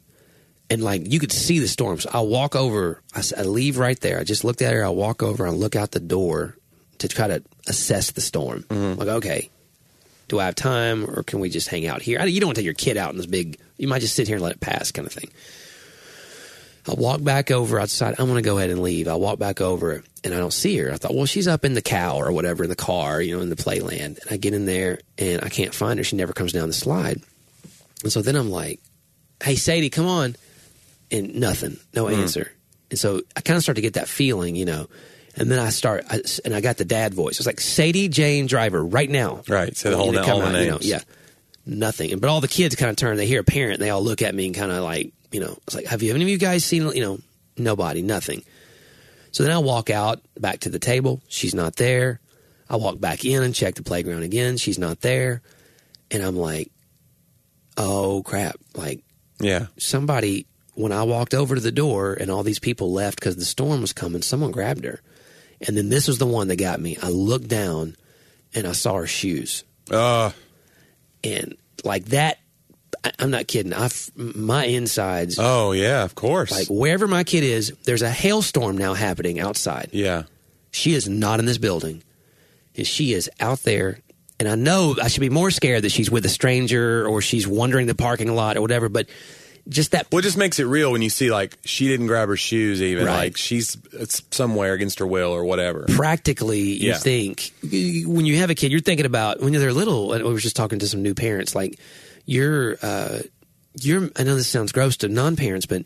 Speaker 1: And like you could see the storms. I walk over, I, s- I leave right there. I just looked at her. I walk over, I look out the door to try to assess the storm. Like, okay, do I have time or can we just hang out here? I, you don't want to take your kid out in this big, you might just sit here and let it pass kind of thing. I walk back over outside. I'm going to go ahead and leave. I walk back over and I don't see her. I thought, well, she's up in the cow or whatever in the car, you know, in the playland. And I get in there and I can't find her. She never comes down the slide. And so then I'm like, hey, Sadie, come on. And nothing, no answer. And so I kind of start to get that feeling, you know. And then I start, I, and I got the dad voice. It's like Sadie Jane Driver right now.
Speaker 2: Right. So the
Speaker 1: I want
Speaker 2: whole-
Speaker 1: you to come
Speaker 2: all the
Speaker 1: out, you know,
Speaker 2: names.
Speaker 1: yeah. Nothing. And- But all the kids kind of turn, they hear a parent, they all look at me and kind of like, you know, it's like, have you, have any of you guys seen, you know, nobody, nothing. So then I walk out back to the table. She's not there. I walk back in and check the playground again. She's not there. And I'm like, oh crap. Like
Speaker 2: Yeah.
Speaker 1: somebody, when I walked over to the door and all these people left because the storm was coming, someone grabbed her. And then this was the one that got me. I looked down and I saw her shoes
Speaker 2: Uh,
Speaker 1: and like that I, i'm not kidding i f- my insides
Speaker 2: oh, yeah, of course.
Speaker 1: like wherever my kid is there's a hailstorm now happening outside
Speaker 2: yeah.
Speaker 1: she is not in this building and she is out there and i know i should be more scared that she's with a stranger or she's wandering the parking lot or whatever but just that
Speaker 2: Well, it just makes it real when you see, like, she didn't grab her shoes even.
Speaker 1: Right.
Speaker 2: Like, she's it's somewhere against her will or whatever.
Speaker 1: practically you
Speaker 2: Yeah.
Speaker 1: think when you have a kid you're thinking about when they're little and i was just talking to some new parents like you're uh you're i know this sounds gross to non-parents but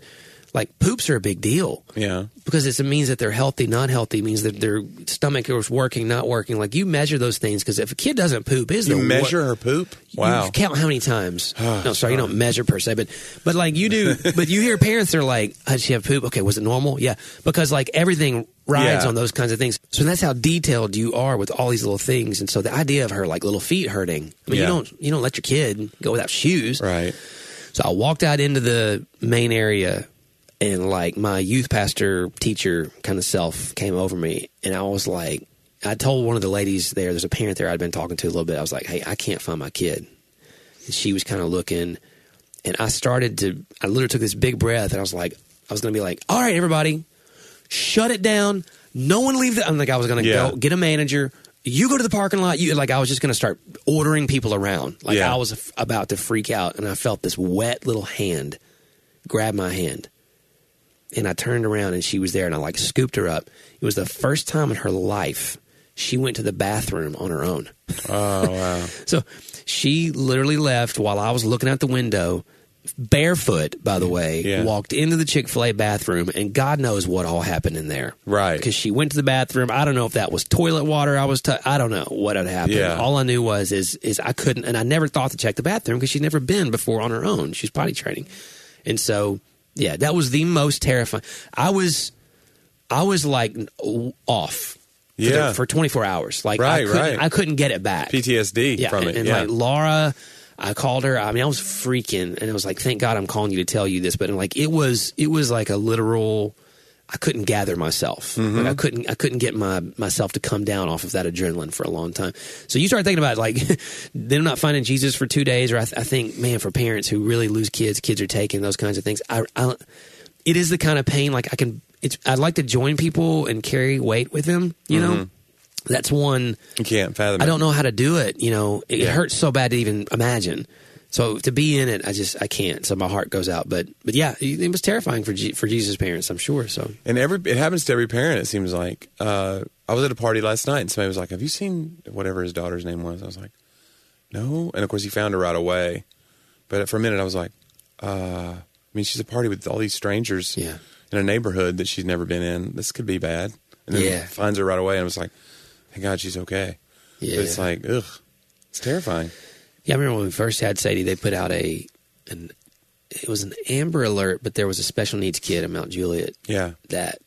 Speaker 1: like poops are a big deal
Speaker 2: Yeah.
Speaker 1: because it's, it means that they're healthy, not healthy means that their stomach is working, not working. Like you measure those things because if a kid doesn't poop, is
Speaker 2: You
Speaker 1: the wor-
Speaker 2: measure her poop?
Speaker 1: you
Speaker 2: Wow. Oh,
Speaker 1: count how many times. no, sorry, you don't measure per se, but but like you do. but you hear parents are like, "Oh, "Did she have poop? Okay, was it normal? Yeah, because like everything rides
Speaker 2: Yeah.
Speaker 1: on those kinds of things. So that's how detailed you are with all these little things. And so the idea of her like little feet hurting. I mean, you
Speaker 2: Yeah.
Speaker 1: don't you don't let your kid go without shoes,
Speaker 2: Right.
Speaker 1: so I walked out into the main area, and like my youth pastor teacher kind of self came over me, and I was like, I told one of the ladies there, there's a parent there I'd been talking to a little bit. I was like, hey, I can't find my kid. And she was kind of looking, and I started to, I literally took this big breath, and I was like, I was gonna be like, all right, everybody, shut it down. No one leave the. I'm like, I was gonna
Speaker 2: Yeah.
Speaker 1: go get a manager. You go to the parking lot. You like, I was just gonna start ordering people around. Like
Speaker 2: Yeah.
Speaker 1: I was f- about to freak out, and I felt this wet little hand grab my hand, and I turned around, and she was there, and I like scooped her up. It was the first time in her life she went to the bathroom on her own.
Speaker 2: Oh wow.
Speaker 1: So she literally left while I was looking out the window, barefoot, by the way,
Speaker 2: Yeah.
Speaker 1: walked into the Chick fil A bathroom, and God knows what all happened in there.
Speaker 2: Right.
Speaker 1: Because she went to the bathroom. I don't know if that was toilet water. I was, t- I don't know what had happened.
Speaker 2: Yeah.
Speaker 1: All I knew was, is, is I couldn't, and I never thought to check the bathroom because she'd never been before on her own. She's potty training. And so, yeah, that was the most terrifying. I was, I was like off. for the-
Speaker 2: Yeah.
Speaker 1: for 24 hours. Like I
Speaker 2: Right,
Speaker 1: couldn't,
Speaker 2: right.
Speaker 1: I couldn't get it back
Speaker 2: PTSD
Speaker 1: yeah,
Speaker 2: from
Speaker 1: and,
Speaker 2: it.
Speaker 1: and,
Speaker 2: yeah.
Speaker 1: like Laura, I called her. I mean, I was freaking, and I was like, "Thank God I'm calling you to tell you this." But like, it was it was like a literal. I couldn't gather myself.
Speaker 2: Mm-hmm.
Speaker 1: Like I couldn't I couldn't get my myself to come down off of that adrenaline for a long time. So you start thinking about like them not finding Jesus for two days, or I, th- I think man for parents who really lose kids, kids are taken those kinds of things. I, I it is the kind of pain like I can. It's I'd like to join people and carry weight with them. You know,
Speaker 2: Mm-hmm.
Speaker 1: that's one.
Speaker 2: you can't fathom.
Speaker 1: I
Speaker 2: it.
Speaker 1: don't know how to do it. You know, it,
Speaker 2: Yeah.
Speaker 1: hurts so bad to even imagine. So to be in it, I just I can't. So my heart goes out. But but yeah, it it was terrifying for Je- for Jesus' parents, I'm sure. So
Speaker 2: And every it happens to every parent. It seems like uh, I was at a party last night, and somebody was like, "Have you seen whatever his daughter's name was?" I was like, "No." And of course, he found her right away. But for a minute, I was like, uh, "I mean, she's at a party with all these strangers
Speaker 1: Yeah.
Speaker 2: in a neighborhood that she's never been in. This could be bad." And then
Speaker 1: Yeah.
Speaker 2: finds her right away, and I was like, "Thank God she's okay."
Speaker 1: yeah,
Speaker 2: But it's like, ugh, it's terrifying.
Speaker 1: yeah. I remember when we first had Sadie, they put out a an it was an Amber Alert, but there was a special needs kid in Mount Juliet
Speaker 2: Yeah,
Speaker 1: that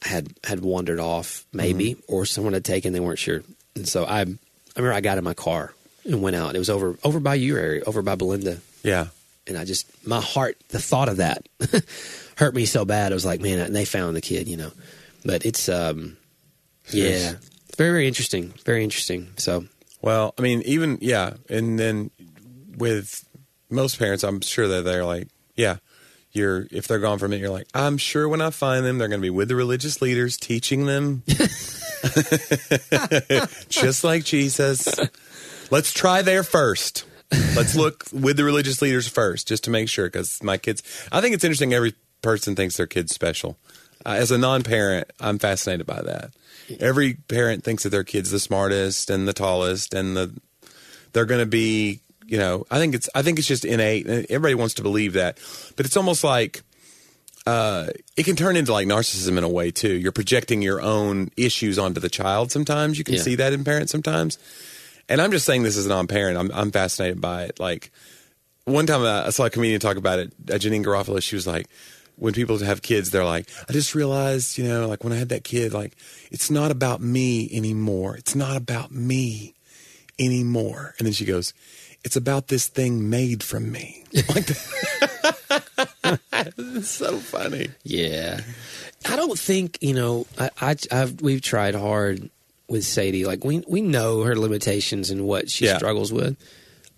Speaker 1: had had wandered off, maybe,
Speaker 2: Mm-hmm.
Speaker 1: or someone had taken. They weren't sure, and so I I remember I got in my car and went out. It was over over by your area, over by Belinda.
Speaker 2: yeah,
Speaker 1: and I just my heart the thought of that hurt me so bad. I was like, man, and they found the kid, you know. But it's um yeah. It's very very interesting. Very interesting. So
Speaker 2: Well, I mean, even yeah, and then with most parents, I'm sure that they're like, yeah, you're if they're gone from it, you're like, I'm sure when I find them, they're going to be with the religious leaders, teaching them, just like Jesus. Let's try there first. Let's look with the religious leaders first, just to make sure, because my kids. I think it's interesting. Every person thinks their kid's special. Uh, as a non-parent, I'm fascinated by that. Every parent thinks that their kid's the smartest and the tallest, and the they're going to be. You know, I think it's. I think it's just innate. and Everybody wants to believe that, but it's almost like uh, it can turn into like narcissism in a way too. You're projecting your own issues onto the child. Sometimes you can
Speaker 1: Yeah.
Speaker 2: see that in parents. Sometimes, and I'm just saying this as a non-parent. I'm I'm fascinated by it. Like one time I, I saw a comedian talk about it. Uh, Janine Garofalo. She was like, when people have kids, they're like, I just realized, you know, like when I had that kid, like it's not about me anymore. It's not about me anymore. And then she goes, It's about this thing made from me. Like that. it's so funny.
Speaker 1: Yeah, I don't think you know. I, I I've, we've tried hard with Sadie. Like we we know her limitations and what she
Speaker 2: Yeah.
Speaker 1: struggles with.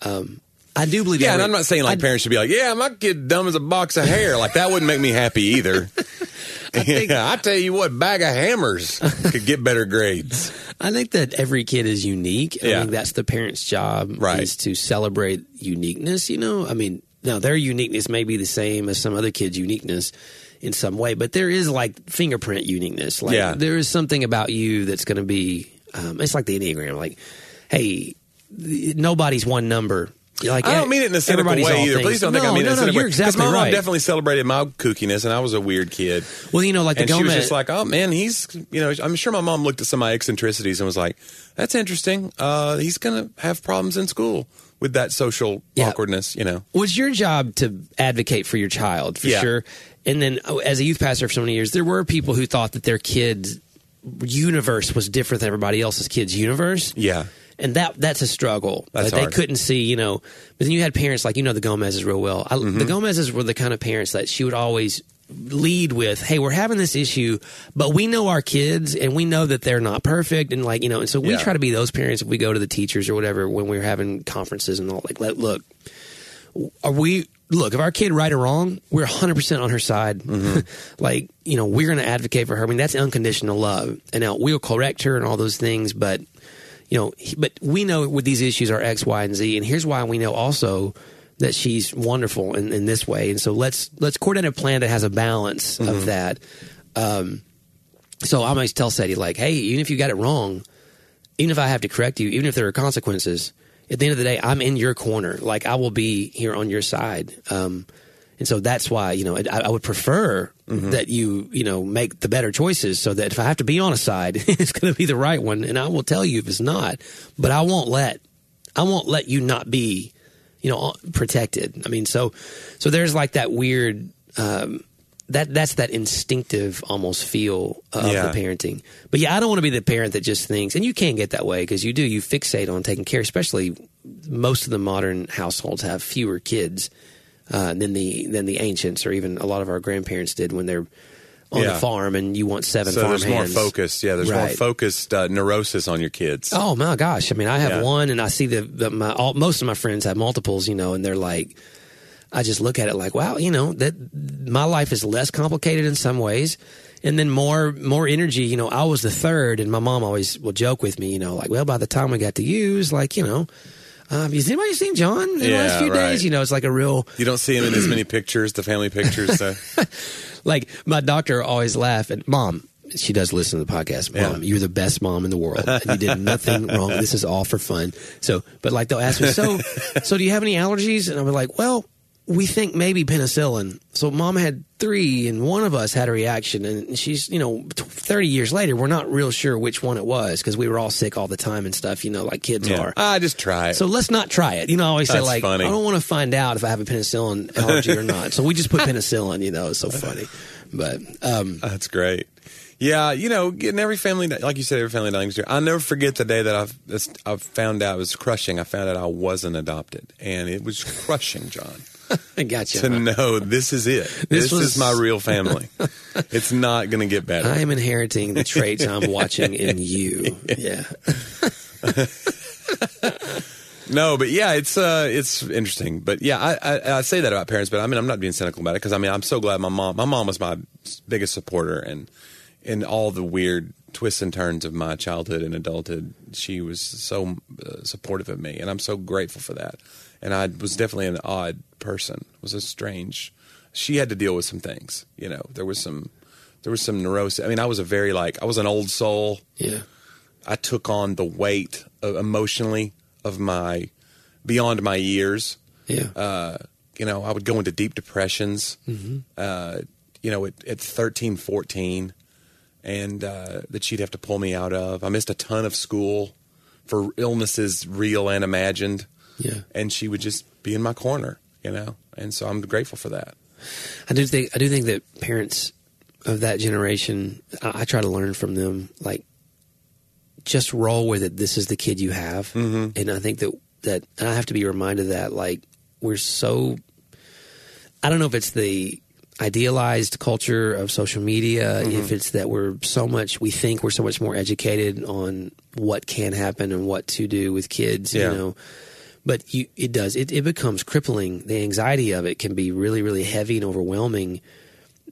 Speaker 1: Um, I do believe.
Speaker 2: Yeah, and
Speaker 1: every-
Speaker 2: I'm not saying like
Speaker 1: I-
Speaker 2: parents should be like, yeah, my kid dumb as a box of hair. Like that wouldn't make me happy either. yeah, I tell you what, bag of hammers could get better grades.
Speaker 1: I think that every kid is unique. I
Speaker 2: Yeah.
Speaker 1: think that's the parent's job
Speaker 2: Right.
Speaker 1: is to celebrate uniqueness, you know? I mean, now their uniqueness may be the same as some other kid's uniqueness in some way, but there is like fingerprint uniqueness. Like
Speaker 2: Yeah.
Speaker 1: there is something about you that's going to be um, it's like the Enneagram like hey, th- nobody's one number. Like e-
Speaker 2: I don't mean it in a cynical
Speaker 1: everybody's
Speaker 2: way
Speaker 1: all
Speaker 2: either.
Speaker 1: things.
Speaker 2: Please don't think
Speaker 1: No,
Speaker 2: I mean
Speaker 1: no,
Speaker 2: it in a
Speaker 1: no,
Speaker 2: cynical
Speaker 1: you're
Speaker 2: way.
Speaker 1: exactly
Speaker 2: my mom
Speaker 1: right.
Speaker 2: definitely celebrated my kookiness, and I was a weird kid.
Speaker 1: Well, you know, like the
Speaker 2: and she was
Speaker 1: Gomez-
Speaker 2: just like, "Oh man, he's you know." I'm sure my mom looked at some of my eccentricities and was like, "That's interesting. Uh, he's gonna have problems in school with that social
Speaker 1: Yeah.
Speaker 2: awkwardness." You know,
Speaker 1: was your job to advocate for your child for
Speaker 2: Yeah.
Speaker 1: sure and then oh, as a youth pastor for so many years there were people who thought that their kids universe was different than everybody else's kids universe
Speaker 2: Yeah.
Speaker 1: and that that's a struggle
Speaker 2: That's
Speaker 1: Like, they
Speaker 2: hard.
Speaker 1: couldn't see you know but then you had parents like you know the gomez's real well I,
Speaker 2: Mm-hmm.
Speaker 1: the gomez's were the kind of parents that she would always lead with hey we're having this issue but we know our kids and we know that they're not perfect and like you know and so we
Speaker 2: Yeah.
Speaker 1: try to be those parents if we go to the teachers or whatever when we're having conferences and all like let, look are we look if our kid right or wrong we're 100% on her side
Speaker 2: Mm-hmm.
Speaker 1: like you know we're going to advocate for her i mean that's unconditional love and now we'll correct her and all those things but you know he- but we know what these issues are x y and z and here's why we know also that she's wonderful in, in this way and so let's let's coordinate a plan that has a balance Um, of that so I always tell Sadie, like, hey, even if you got it wrong, even if I have to correct you, even if there are consequences, at the end of the day, I'm in your corner. Like I will be here on your side. Um, and so that's why, you know, I, I would prefer that you, you know, make the better choices so that if I have to be on a side, it's going to be the right one. And I will tell you if it's not, but I won't let, I won't let you not be, you know, protected. I mean, so, so there's like that weird, um, that that's that instinctive almost feel of
Speaker 2: Yeah.
Speaker 1: the parenting. But yeah, I don't want to be the parent that just thinks, and you can get that way because you do. You fixate on taking care, especially most of the modern households have fewer kids uh, than the than the ancients or even a lot of our grandparents did when they're on
Speaker 2: Yeah.
Speaker 1: the farm and you want seven
Speaker 2: So
Speaker 1: farm
Speaker 2: there's more
Speaker 1: hands.
Speaker 2: focus. Yeah, there's more
Speaker 1: Right.
Speaker 2: focused uh, neurosis on your kids.
Speaker 1: Oh my gosh! I mean, I have
Speaker 2: Yeah.
Speaker 1: one, and I see the, the my all, most of my friends have multiples, you know, and they're like, I just look at it like, wow, you know, that my life is less complicated in some ways, and then more more energy. You know, I was the third, and my mom always will joke with me, you know, like, well, by the time we got to use, like, you know, um, has anybody seen John in the
Speaker 2: Yeah,
Speaker 1: last few
Speaker 2: right.
Speaker 1: days? You know, it's like a real
Speaker 2: You don't see him in as many pictures, the family pictures. Uh,
Speaker 1: like my doctor always laugh and mom she does listen to the podcast mom you're the best mom in the world and you did nothing wrong this is all for fun so but like they'll ask me so so do you have any allergies and i'm like well we think maybe penicillin so mom had three and one of us had a reaction and she's you know t- 30 years later we're not real sure which one it was because we were all sick all the time and stuff you know like kids
Speaker 2: yeah.
Speaker 1: are
Speaker 2: Ah, just try it.
Speaker 1: so let's not try it. You know, I always say
Speaker 2: That's
Speaker 1: like,
Speaker 2: funny.
Speaker 1: I don't want to find out if I have a penicillin allergy or not. So we just put penicillin. You know, it's so funny. But um,
Speaker 2: That's Ah, great. Yeah, you know, getting every family, like you said, every family dynamics. I'll never forget the day that I've that's- I've found out it was crushing. I found out I wasn't adopted, and it was crushing, John.
Speaker 1: I got you.
Speaker 2: To know this is it. This, is
Speaker 1: was-
Speaker 2: my real family. it's not going to get better.
Speaker 1: I am inheriting the traits I'm watching in you. Yeah.
Speaker 2: No, but yeah, it's uh, it's interesting. But yeah, I, I I say that about parents, but I mean, I'm not being cynical about it because I mean, I'm so glad my mom. My mom was my biggest supporter, and in all the weird twists and turns of my childhood and adulthood, she was so uh, supportive of me, and I'm so grateful for that. And I was definitely an odd person. Was a strange. She had to deal with some things. You know, there was some there was some neurosis. I mean, I was a very like I was an old soul.
Speaker 1: Yeah.
Speaker 2: I took on the weight of, emotionally of my beyond my years.
Speaker 1: Yeah.
Speaker 2: Uh, you know, I would go into deep depressions.
Speaker 1: Mm-hmm.
Speaker 2: Uh, you know, at, at 13, 14, and uh, that she'd have to pull me out of. I missed a ton of school for illnesses, real and imagined.
Speaker 1: Yeah.
Speaker 2: And she would just be in my corner, you know. And so I'm grateful for that.
Speaker 1: I do think I do think that parents of that generation, I, I try to learn from them. Like, just roll with it. This is the kid you have,
Speaker 2: Mm-hmm.
Speaker 1: and I think that that and I have to be reminded of that. Like, we're so. I don't know if it's the idealized culture of social media, if it's that we're so much we think we're so much more educated on what can happen and what to do with kids,
Speaker 2: Yeah.
Speaker 1: you know but you, it does it, it becomes crippling the anxiety of it can be really really heavy and overwhelming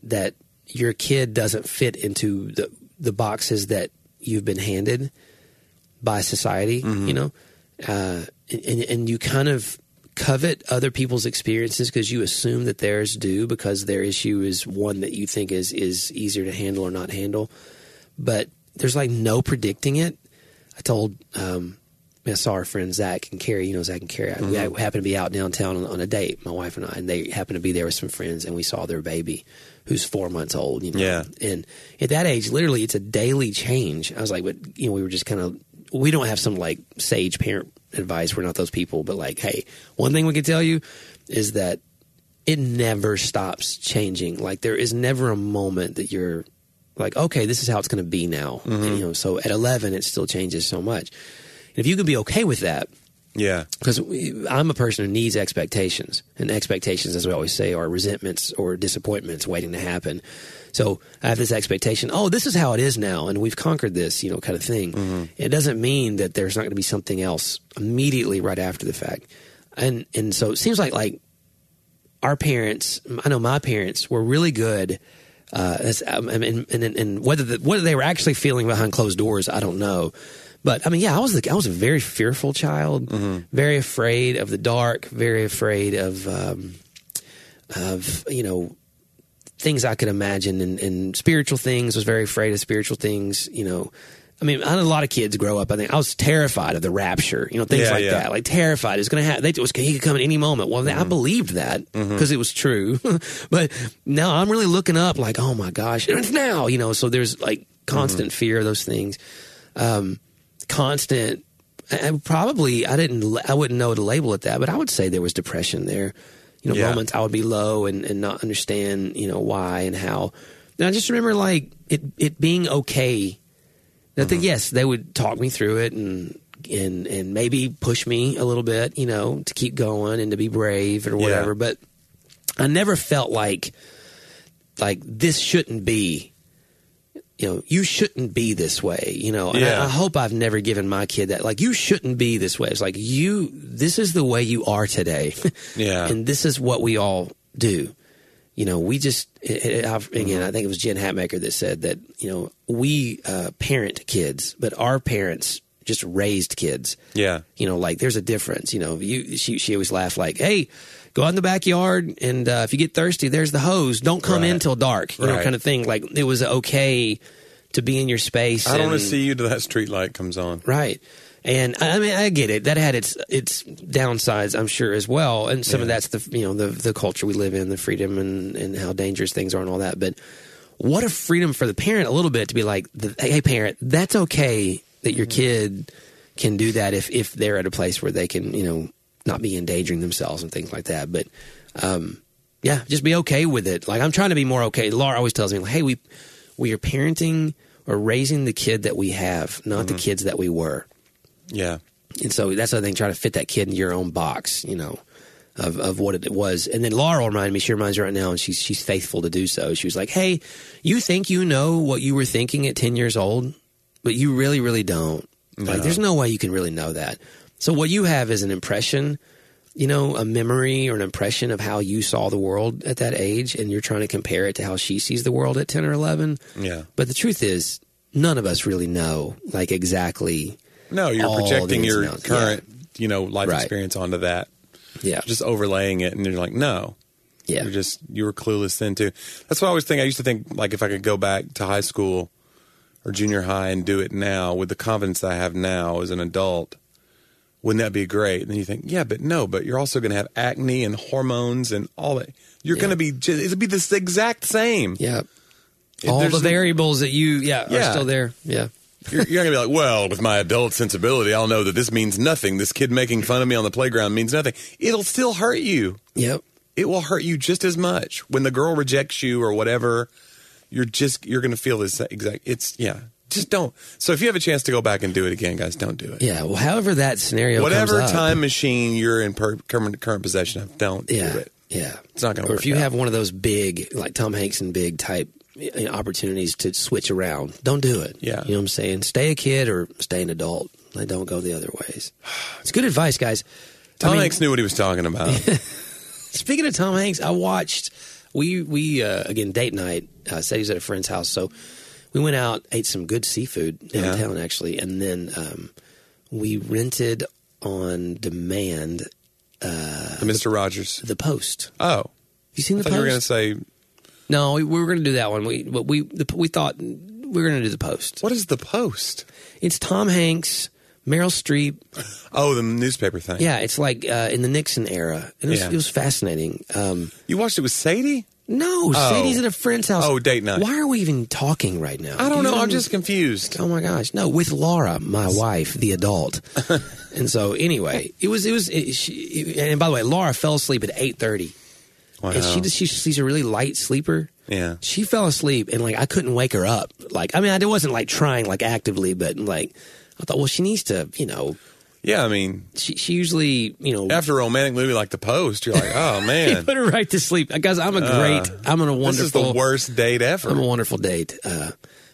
Speaker 1: that your kid doesn't fit into the the boxes that you've been handed by society you know uh, and- and and you kind of covet other people's experiences because you assume that theirs do because their issue is one that you think is is easier to handle or not handle but there's like no predicting it. I told, um, I saw our friend Zach and Carrie, you know, Zach and Carrie, I, we happened to be out downtown on, on a date, my wife and I, and they happened to be there with some friends and we saw their baby who's four months old, you know?
Speaker 2: Yeah.
Speaker 1: And at that age, literally it's a daily change. I was like, but you know, we were just kind of, we don't have some like sage parent advice. We're not those people, but like, Hey, one thing we can tell you is that it never stops changing. Like there is never a moment that you're like, okay, this is how it's going to be now. And, you know, so at 11, it still changes so much. And if you can be okay with that,
Speaker 2: Yeah.
Speaker 1: because I'm a person who needs expectations, and expectations, as we always say, are resentments or disappointments waiting to happen. So I have this expectation. Oh, this is how it is now, and we've conquered this, you know, kind of thing. It doesn't mean that there's not going to be something else immediately right after the fact, and and so it seems like like our parents, I know my parents were really good. Uh, as, um, and, and, and, and whether the, whether they were actually feeling behind closed doors, I don't know. But I mean, yeah, I was the, I was a very fearful child, very afraid of the dark, very afraid of um, of you know things I could imagine and, and spiritual things. Was very afraid of spiritual things. You know, I mean, I had a lot of kids grow up. I think I was terrified of the rapture, you know, things
Speaker 2: Yeah,
Speaker 1: like
Speaker 2: yeah. Mm-hmm.
Speaker 1: that. Like terrified, it's gonna happen. It was he could come at any moment. Well, I believed that because it was true. but now I'm really looking up, like, oh my gosh, it's now, you know. So there's like constant
Speaker 2: Mm-hmm.
Speaker 1: fear of those things, um, constant. I, I probably I didn't la- I wouldn't know to label it that, but I would say there was depression there. You know,
Speaker 2: Yeah.
Speaker 1: moments I would be low and, and not understand, you know, why and how. And I just remember like it it being okay and I think yes, they would talk me through it and and and maybe push me a little bit, you know, to keep going and to be brave or whatever. But I never felt like like this shouldn't be. You know, you shouldn't be this way. You know, and
Speaker 2: Yeah.
Speaker 1: I, I hope I've never given my kid that. Like, you shouldn't be this way. It's like you. This is the way you are today.
Speaker 2: Yeah.
Speaker 1: and this is what we all do you know, we just it, it, I've,
Speaker 2: Mm-hmm.
Speaker 1: again, I think it was Jen Hatmaker that said that you know we uh, parent kids, but our parents just raised kids.
Speaker 2: Yeah.
Speaker 1: You know, like there's a difference. You know, you she she always laughed like, "Hey, go out in the backyard, and uh, if you get thirsty, there's the hose. Don't come in
Speaker 2: Right.
Speaker 1: till dark." You know,
Speaker 2: Right.
Speaker 1: kind of thing. Like it was okay to be in your space.
Speaker 2: I don't
Speaker 1: and-
Speaker 2: want to see you till that street light comes on.
Speaker 1: Right. And I I mean, I get it. That had its its downsides, I'm sure, as well. And some of that's the you know the the culture we live in, the freedom, and and how dangerous things are, and all that. But what a freedom for the parent, a little bit, to be like, the- hey, parent, that's okay that your kid can do that if if they're at a place where they can you know not be endangering themselves and things like that. But um, yeah, just be okay with it. Like I'm trying to be more okay. Laura always tells me, like, "Hey, we we are parenting or raising the kid that we have, not the kids that we were."
Speaker 2: Yeah.
Speaker 1: And so that's the thing, trying to fit that kid in your own box, you know, of, of what it was. And then Laura reminded me, she reminds me right now, and she's, she's faithful to do so. She was like, Hey, you think you know what you were thinking at 10 years old, but you really, really don't. Like, there's no way you can really know that. So what you have is an impression, you know, a memory or an impression of how you saw the world at that age, and you're trying to compare it to how she sees the world at 10 or 11.
Speaker 2: Yeah.
Speaker 1: But the truth is, none of us really know, like, exactly.
Speaker 2: No, you're
Speaker 1: All the
Speaker 2: projecting
Speaker 1: ins
Speaker 2: your
Speaker 1: and outs.
Speaker 2: current, you know, life
Speaker 1: Right.
Speaker 2: experience onto that.
Speaker 1: Yeah.
Speaker 2: Just overlaying it, and you're like, no,
Speaker 1: yeah.
Speaker 2: You're just you were clueless then too. That's what I always think. I used to think like if I could go back to high school or junior high and do it now with the confidence I have now as an adult, wouldn't that be great? And then you think, yeah, but no, but you're also going to have acne and hormones and all that. You're going to be just it'll be this exact same.
Speaker 1: Yeah. All
Speaker 2: There's
Speaker 1: the
Speaker 2: no-
Speaker 1: variables that you yeah,
Speaker 2: Yeah.
Speaker 1: are still there. Yeah.
Speaker 2: You're, you're going to be like, well, with my adult sensibility, I'll know that this means nothing. This kid making fun of me on the playground means nothing. It'll still hurt you.
Speaker 1: Yep.
Speaker 2: it will hurt you just as much when the girl rejects you or whatever. You're just you're going to feel this exact. It's yeah. Just don't. So if you have a chance to go back and do it again, guys, don't do it.
Speaker 1: Yeah. Well, however that scenario comes
Speaker 2: Whatever
Speaker 1: up,
Speaker 2: time machine you're in per, current, current possession of, don't
Speaker 1: Yeah.
Speaker 2: do it.
Speaker 1: Yeah.
Speaker 2: It's not gonna
Speaker 1: Or
Speaker 2: work
Speaker 1: if you
Speaker 2: out.
Speaker 1: have one of those big like Tom Hanks and big type you know, opportunities to switch around, don't do it.
Speaker 2: Yeah.
Speaker 1: You know what I'm saying? Stay a kid or stay an adult. Like don't go the other ways. It's good advice, guys.
Speaker 2: Tom
Speaker 1: I mean,
Speaker 2: Hanks knew what he was talking about.
Speaker 1: Speaking of Tom Hanks, I watched. We we uh, again date night. Uh, said he was at a friend's house, so we went out, ate some good seafood downtown actually, and then um, we rented on demand
Speaker 2: the Mister Rogers.
Speaker 1: the Post.
Speaker 2: Oh,
Speaker 1: Have you seen
Speaker 2: I
Speaker 1: the
Speaker 2: thought you were
Speaker 1: Post?
Speaker 2: going to say
Speaker 1: no, we, we were going to do that one. We but we the, we thought we were going to do the Post.
Speaker 2: what is the Post?
Speaker 1: It's Tom Hanks, Meryl Streep,
Speaker 2: Oh, the newspaper thing.
Speaker 1: Yeah, it's like uh, in the Nixon era. It was,
Speaker 2: Yeah.
Speaker 1: it was fascinating. Um,
Speaker 2: you watched it with Sadie.
Speaker 1: no, Sadie's at a friend's house.
Speaker 2: Oh, date night.
Speaker 1: Why are we even talking right now?
Speaker 2: I don't
Speaker 1: You
Speaker 2: know. I'm just confused.
Speaker 1: Oh my gosh! No, with Laura, my wife, the adult. and so, anyway, it was it was. It, she, and by the way, Laura fell asleep at eight thirty,
Speaker 2: Wow.
Speaker 1: and she just she, she's a really light sleeper.
Speaker 2: Yeah.
Speaker 1: she fell asleep, and like I couldn't wake her up. Like I mean, I wasn't like trying like actively, but like I thought, well, she needs to, you know,
Speaker 2: yeah, I mean,
Speaker 1: she she usually you know.
Speaker 2: after a romantic movie like The Post, you're like, oh man,
Speaker 1: Put her right to sleep, guys. I'm a great. I'm a wonderful.
Speaker 2: Uh, this is the worst date ever.
Speaker 1: I'm a wonderful date. Uh,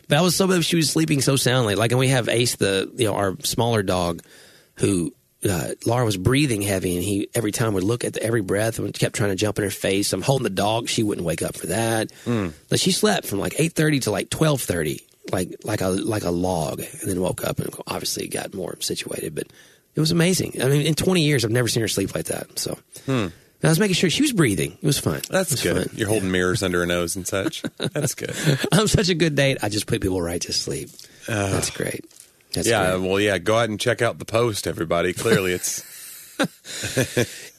Speaker 1: but I was so she was sleeping so soundly. Like, and we have Ace, the you know our smaller dog, who uh, Laura was breathing heavy, and he every time would look at the, every breath and kept trying to jump in her face. I'm holding the dog; she wouldn't wake up for that.
Speaker 2: Mm.
Speaker 1: But she slept from like eight thirty to like twelve thirty, like like a like a log, and then woke up and obviously got more situated. But it was amazing. I mean, in 20 years, I've never seen her sleep like that. So. And I was making sure she was breathing. It was fine.
Speaker 2: Hmm. That's
Speaker 1: It was
Speaker 2: good.
Speaker 1: fine.
Speaker 2: You're holding mirrors under her nose and such. That's good.
Speaker 1: I'm such a good date. I just put people right to sleep. That's great. That's
Speaker 2: yeah, um,
Speaker 1: great.
Speaker 2: well, yeah. Go out and check out the post, everybody. Clearly, it's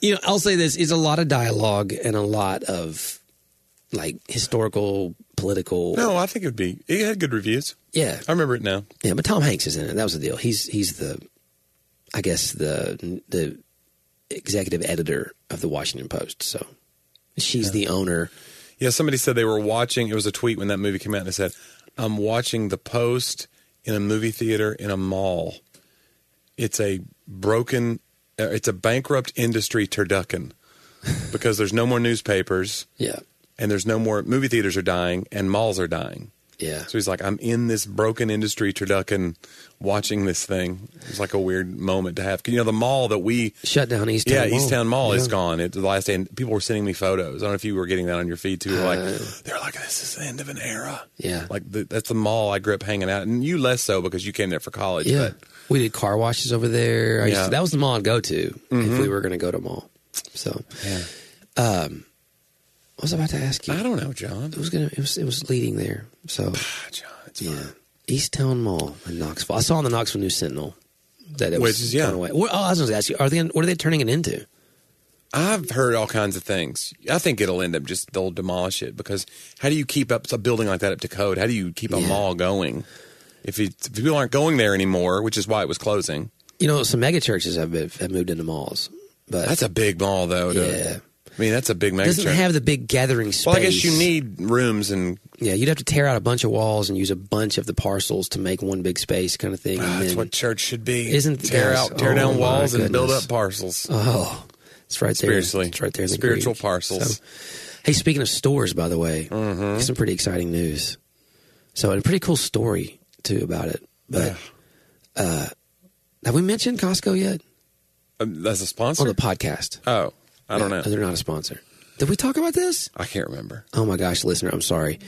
Speaker 1: You know, I'll say this is a lot of dialogue and a lot of like historical, political.
Speaker 2: no. I think it would be. It had good reviews.
Speaker 1: Yeah.
Speaker 2: I remember it now.
Speaker 1: Yeah, but Tom Hanks is in it. That was the deal. He's he's the, I guess the the executive editor of the Washington Post. So she's the owner.
Speaker 2: Yeah, somebody said they were watching. It was a tweet when that movie came out, and they said, "I'm watching The Post in a movie theater in a mall. It's a broken, uh, it's a bankrupt industry turducken because there's no more newspapers
Speaker 1: Yeah,
Speaker 2: and there's no more movie theaters are dying and malls are dying.
Speaker 1: yeah.
Speaker 2: So he's like, I'm in this broken industry turducken, watching this thing. It's like a weird moment to have. You know, the mall that we
Speaker 1: Shut down East.
Speaker 2: yeah,
Speaker 1: Town
Speaker 2: East Town Mall is
Speaker 1: Yeah.
Speaker 2: gone. It, the last day, and people were sending me photos. I don't know if you were getting that on your feed too. Like they're like, this is the end of an era.
Speaker 1: Uh, Yeah.
Speaker 2: like the, that's the mall I grew up hanging out, and you less so because you came there for college.
Speaker 1: Yeah,
Speaker 2: but
Speaker 1: we did car washes over there. I used
Speaker 2: Yeah. Mm-hmm.
Speaker 1: to- that was the mall I'd go to if we were going to go to a mall. So, um, I was about to ask you.
Speaker 2: I don't know, John.
Speaker 1: It was gonna. It was it was leading there. So
Speaker 2: Ah, John, it's
Speaker 1: yeah,
Speaker 2: fine.
Speaker 1: East Town Mall in Knoxville. I saw on the Knoxville News Sentinel that it
Speaker 2: Which
Speaker 1: was
Speaker 2: is- yeah.
Speaker 1: going away. What, oh, I was going to ask you. Are they? What are they turning it into?
Speaker 2: I've heard all kinds of things. I think it'll end up just they'll demolish it because how do you keep up a building like that up to code? How do you keep a
Speaker 1: Yeah.
Speaker 2: mall going if, you, if people aren't going there anymore? Which is why it was closing.
Speaker 1: You know, some mega churches have, been, have moved into malls, but
Speaker 2: That's a big mall, though. To,
Speaker 1: Yeah.
Speaker 2: I mean, that's a big.
Speaker 1: it doesn't
Speaker 2: megachurch.
Speaker 1: have the big gathering space.
Speaker 2: Well, I guess you need rooms and
Speaker 1: Yeah, you'd have to tear out a bunch of walls and use a bunch of the parcels to make one big space, kind of thing. and
Speaker 2: Ah, that's
Speaker 1: then-
Speaker 2: what church should be.
Speaker 1: Isn't-
Speaker 2: tear
Speaker 1: yes.
Speaker 2: out, tear
Speaker 1: Oh,
Speaker 2: down
Speaker 1: my
Speaker 2: walls and build
Speaker 1: goodness.
Speaker 2: up parcels.
Speaker 1: Oh, it's right there.
Speaker 2: Seriously.
Speaker 1: it's right there. in the
Speaker 2: Spiritual
Speaker 1: Greek.
Speaker 2: parcels. Mm-hmm.
Speaker 1: So- hey, speaking of stores, by the way, some pretty exciting news. So, and a pretty cool story too about it. But uh, have we mentioned Costco yet
Speaker 2: Um, that's a
Speaker 1: on
Speaker 2: sponsor.
Speaker 1: the podcast?
Speaker 2: oh, I don't know.
Speaker 1: They're not a sponsor. Did we talk about this?
Speaker 2: I can't remember.
Speaker 1: Oh my gosh, listener, I'm sorry.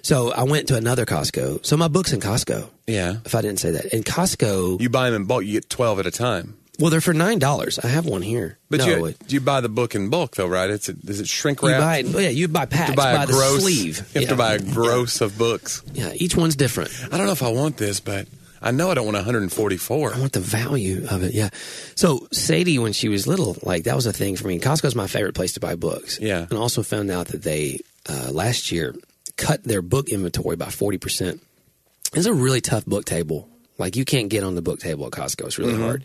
Speaker 1: So I went to another Costco. So my book's in Costco.
Speaker 2: Yeah,
Speaker 1: If I didn't say that, in Costco,
Speaker 2: you buy them in bulk. You get twelve at a time.
Speaker 1: well, they're for nine dollars. I have one here.
Speaker 2: But
Speaker 1: no,
Speaker 2: you
Speaker 1: it-
Speaker 2: you buy the book in bulk though, right? It's a, is it shrink
Speaker 1: you
Speaker 2: wrap?
Speaker 1: buy it. Yeah, you buy packs.
Speaker 2: You buy
Speaker 1: by
Speaker 2: a gross.
Speaker 1: the sleeve.
Speaker 2: You have
Speaker 1: yeah.
Speaker 2: to buy a gross of books.
Speaker 1: Yeah, each one's different.
Speaker 2: I don't know if I want this, but I know I don't want 144.
Speaker 1: I want the value of it. Yeah. So Sadie, when she was little, like that was a thing for me. Costco's my favorite place to buy books.
Speaker 2: Yeah.
Speaker 1: And also found out that they uh, last year cut their book inventory by forty percent. It's a really tough book table. Like you can't get on the book table at Costco. It's really hard.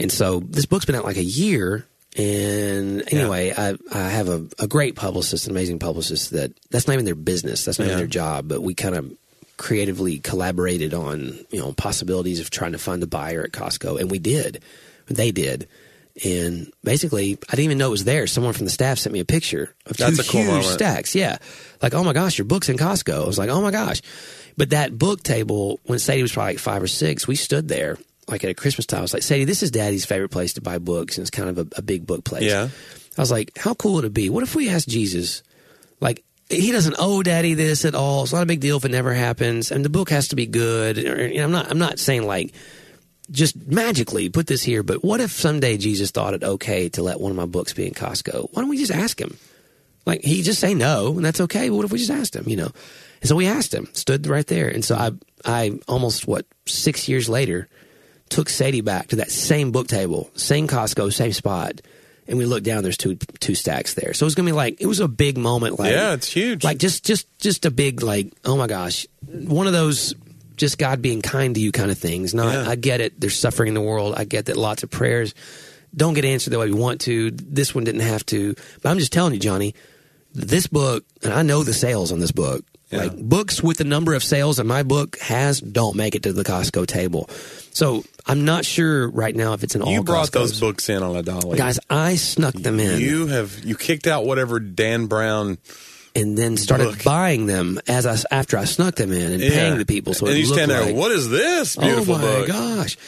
Speaker 1: And so this book's been out like a year. And anyway, I, I have a, a great publicist, an amazing publicist that that's not even their business. That's not even
Speaker 2: Yeah.
Speaker 1: their job, but we kind of creatively collaborated on, you know, possibilities of trying to find a buyer at Costco. And we did, they did. And basically, I didn't even know it was there. Someone from the staff sent me a picture of two
Speaker 2: That's a cool
Speaker 1: huge
Speaker 2: moment.
Speaker 1: stacks. Yeah. Like, oh my gosh, your book's in Costco. I was like, oh my gosh. But that book table, when Sadie was probably like five or six, we stood there like at a Christmas time. I was like, Sadie, this is daddy's favorite place to buy books. And it's kind of a, a big book place.
Speaker 2: Yeah.
Speaker 1: I was like, how cool would it be? What if we asked Jesus, like, he doesn't owe daddy this at all. It's not a big deal if it never happens. And the book has to be good. Or- and I'm not, I'm not saying like, just magically put this here, but what if someday Jesus thought it okay to let one of my books be in Costco? Why don't we just ask him? Like he just say no, and that's okay. But what if we just asked him? You know, and so we asked him, stood right there, and so I, I almost what six years later, took Sadie back to that same book table, same Costco, same spot, and we looked down. There's two two stacks there, so it was gonna be like it was a big moment. Like
Speaker 2: Yeah, it's huge.
Speaker 1: Like just just just a big like oh my gosh, one of those just God being kind to you kind of things. Not
Speaker 2: Yeah.
Speaker 1: I get it. There's suffering in the world. I get that lots of prayers don't get answered the way we want to. This one didn't have to. But I'm just telling you, Johnny, this book, and I know the sales on this book.
Speaker 2: Yeah.
Speaker 1: Like books with the number of sales that my book has don't make it to the Costco table. So I'm not sure right now if it's an all
Speaker 2: you brought
Speaker 1: Costco's.
Speaker 2: those books in on a dollar.
Speaker 1: guys. I snuck them in
Speaker 2: you have you kicked out whatever Dan Brown
Speaker 1: and then started
Speaker 2: Look.
Speaker 1: buying them as I after I snuck them in and paying the people. So
Speaker 2: and
Speaker 1: it
Speaker 2: you
Speaker 1: looked
Speaker 2: stand there.
Speaker 1: like-
Speaker 2: What is this beautiful
Speaker 1: oh my
Speaker 2: book?
Speaker 1: gosh.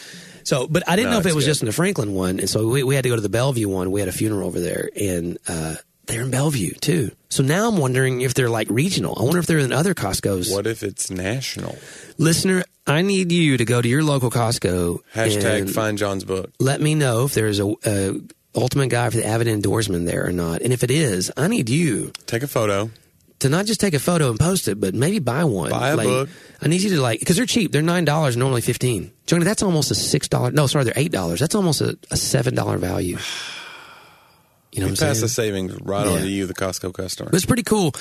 Speaker 1: So, but I didn't
Speaker 2: No,
Speaker 1: know if it
Speaker 2: it's
Speaker 1: was
Speaker 2: good.
Speaker 1: just in the Franklin one. And so we, we had to go to the Bellevue one. We had a funeral over there and, uh, they're in Bellevue too. So now I'm wondering if they're like regional. I wonder if they're in other Costco's.
Speaker 2: What if it's national?
Speaker 1: Listener, I need you to go to your local Costco
Speaker 2: Hashtag
Speaker 1: and
Speaker 2: find John's book.
Speaker 1: let me know if there's a, a ultimate guy for the avid endorsement there or not. And if it is, I need you
Speaker 2: Take a photo.
Speaker 1: to not just take a photo and post it, but maybe buy one.
Speaker 2: Buy a
Speaker 1: Like,
Speaker 2: book.
Speaker 1: I need you to like because they're cheap. They're nine dollars, normally fifteen. Johnny, that's almost a six dollar. No, sorry, they're eight dollars. That's almost a, a seven dollar value. You know what I'm saying?
Speaker 2: Pass the savings right on
Speaker 1: Yeah.
Speaker 2: to you, the Costco customer.
Speaker 1: But it's pretty cool.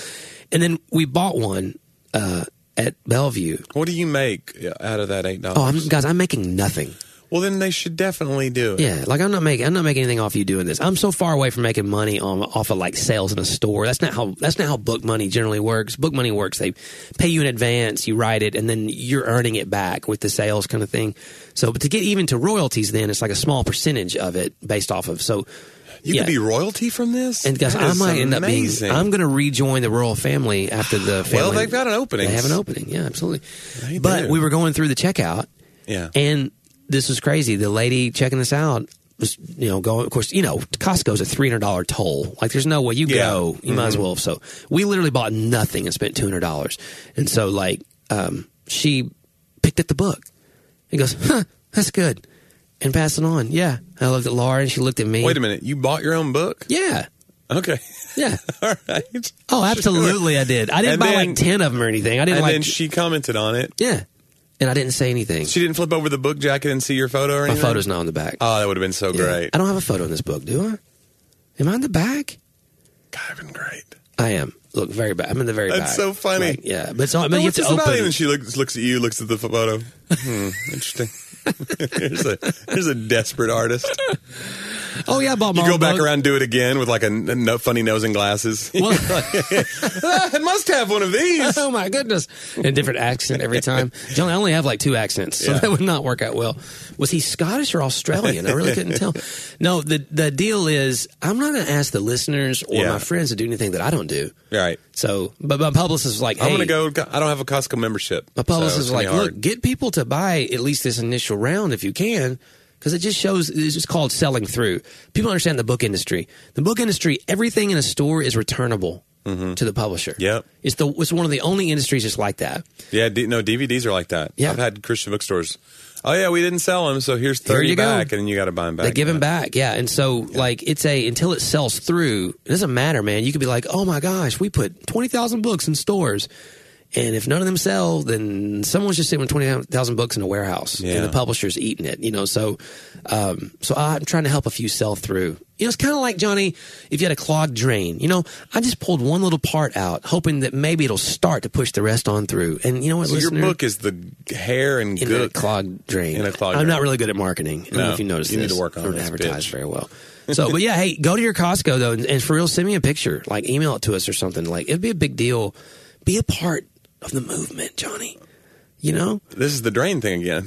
Speaker 1: And then we bought one uh, at Bellevue.
Speaker 2: What do you make out of that eight dollars?
Speaker 1: Oh, I'm, guys, I'm making nothing.
Speaker 2: well, then they should definitely do it.
Speaker 1: Yeah, like I'm not making I'm not making anything off you doing this. I'm so far away from making money on off of like sales in a store. That's not how that's not how book money generally works. Book money works. They pay you in advance, you write it, and then you're earning it back with the sales kind of thing. So, but to get even to royalties, then it's like a small percentage of it based off of. So,
Speaker 2: You
Speaker 1: yeah.
Speaker 2: could be royalty from this.
Speaker 1: and guys,
Speaker 2: That
Speaker 1: I
Speaker 2: is
Speaker 1: might end up being.
Speaker 2: amazing.
Speaker 1: I'm going to rejoin the royal family after the family.
Speaker 2: well, they've got an opening.
Speaker 1: They have an opening. Yeah, absolutely.
Speaker 2: They
Speaker 1: but
Speaker 2: do.
Speaker 1: we were going through the checkout,
Speaker 2: Yeah.
Speaker 1: and this was crazy. The lady checking us out was, you know, going. Of course, you know, Costco's a three hundred dollar toll. Like, there's no way you
Speaker 2: Yeah.
Speaker 1: go.
Speaker 2: Mm-hmm.
Speaker 1: You might as well. So we literally bought nothing and spent two hundred dollars. And so, like, um, she picked up the book and goes, "Huh, that's good," and passed it on. Yeah, I looked at Laura and she looked at me.
Speaker 2: Wait a minute. You bought your own book?
Speaker 1: Yeah,
Speaker 2: Okay.
Speaker 1: yeah.
Speaker 2: All right.
Speaker 1: Oh, absolutely, I did. I didn't
Speaker 2: And
Speaker 1: buy
Speaker 2: then-
Speaker 1: like ten of them or anything. I didn't
Speaker 2: And
Speaker 1: like.
Speaker 2: then she commented on it.
Speaker 1: yeah, and I didn't say anything.
Speaker 2: She didn't flip over the book jacket and see your photo or
Speaker 1: My
Speaker 2: anything.
Speaker 1: photo's not on the back.
Speaker 2: Oh, that would have been so great.
Speaker 1: I don't have a photo in this book, do I? Am I in the back?
Speaker 2: God, I've been great.
Speaker 1: I am. Look, very bad. I'm in the very back.
Speaker 2: That's so funny.
Speaker 1: Like, yeah, but it's all, but you have
Speaker 2: What's
Speaker 1: to
Speaker 2: this about?
Speaker 1: open.
Speaker 2: And she looks, looks at you, looks at the photo. Hmm, interesting. here's a here's a desperate artist.
Speaker 1: Oh yeah, I bought
Speaker 2: You
Speaker 1: my
Speaker 2: go
Speaker 1: own
Speaker 2: back
Speaker 1: book.
Speaker 2: around, do it again with like a, n- no funny nose and glasses.
Speaker 1: Well,
Speaker 2: I must have one of these.
Speaker 1: oh my goodness, in a different accent every time. John, I only have like two accents, so
Speaker 2: Yeah.
Speaker 1: that would not work out well. Was he Scottish or Australian? I really couldn't tell. No, the the deal is, I'm not going to ask the listeners or
Speaker 2: Yeah.
Speaker 1: my friends to do anything that I don't do.
Speaker 2: Right.
Speaker 1: So, but my publicist was like,
Speaker 2: I'm
Speaker 1: hey,
Speaker 2: gonna go. I don't have a Costco membership.
Speaker 1: My publicist
Speaker 2: so
Speaker 1: was
Speaker 2: it's gonna
Speaker 1: like,
Speaker 2: be
Speaker 1: look,
Speaker 2: hard.
Speaker 1: get people to buy at least this initial round if you can, because it just shows it's just called selling through. People understand the book industry. The book industry, everything in a store is returnable to the publisher.
Speaker 2: Mm-hmm. Yep.
Speaker 1: It's the it's one of the only industries that's like that.
Speaker 2: yeah, D- no DVDs are like that.
Speaker 1: Yeah.
Speaker 2: I've had Christian bookstores. Oh yeah, we didn't sell them, so here's
Speaker 1: Here
Speaker 2: thirty
Speaker 1: you go.
Speaker 2: back, and then you got to buy them back.
Speaker 1: They give them back, yeah. And so, like, it's a until it sells through, it doesn't matter, man. You could be like, oh my gosh, we put twenty thousand books in stores, and if none of them sell, then someone's just sitting with twenty thousand books in a warehouse,
Speaker 2: Yeah.
Speaker 1: and the publisher's eating it, you know. So, um, so I'm trying to help a few sell through. You know, it's kind of like Johnny, if you had a clogged drain, you know, I just pulled one little part out, hoping that maybe it'll start to push the rest on through. And you know what,
Speaker 2: So your
Speaker 1: listener?
Speaker 2: book is the hair and
Speaker 1: in a
Speaker 2: good.
Speaker 1: clogged drain.
Speaker 2: In a clogged
Speaker 1: I'm
Speaker 2: drain.
Speaker 1: not really good at marketing. I don't know
Speaker 2: No,
Speaker 1: if you noticed
Speaker 2: you need
Speaker 1: this.
Speaker 2: to work on
Speaker 1: I don't
Speaker 2: this,
Speaker 1: advertise
Speaker 2: bitch.
Speaker 1: very well. So, but yeah, hey, go to your Costco though, and, and for real, send me a picture. Like, email it to us or something. Like, it'd be a big deal. Be a part of the movement, Johnny. You know,
Speaker 2: This is the drain thing again.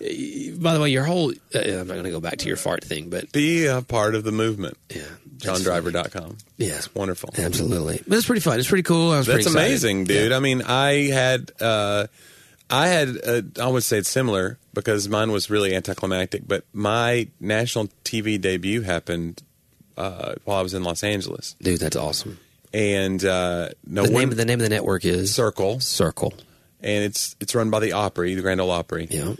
Speaker 1: by the way, your whole. Uh, I'm not going to go back to your fart thing, but
Speaker 2: Be a part of the movement.
Speaker 1: yeah,
Speaker 2: JohnDriver.com.
Speaker 1: Yeah.
Speaker 2: It's wonderful.
Speaker 1: absolutely. But it's pretty fun. It's pretty cool. I was
Speaker 2: That's
Speaker 1: pretty excited.
Speaker 2: amazing, dude. I mean, I had, uh, I had, uh, I would say it's similar because mine was really anticlimactic, but my national TV debut happened uh, while I was in Los Angeles,
Speaker 1: dude. That's awesome.
Speaker 2: and uh, no
Speaker 1: The
Speaker 2: one
Speaker 1: name of the name of the network is
Speaker 2: circle,
Speaker 1: Circle.
Speaker 2: and it's it's run by the Opry, the Grand Ole Opry.
Speaker 1: Yeah.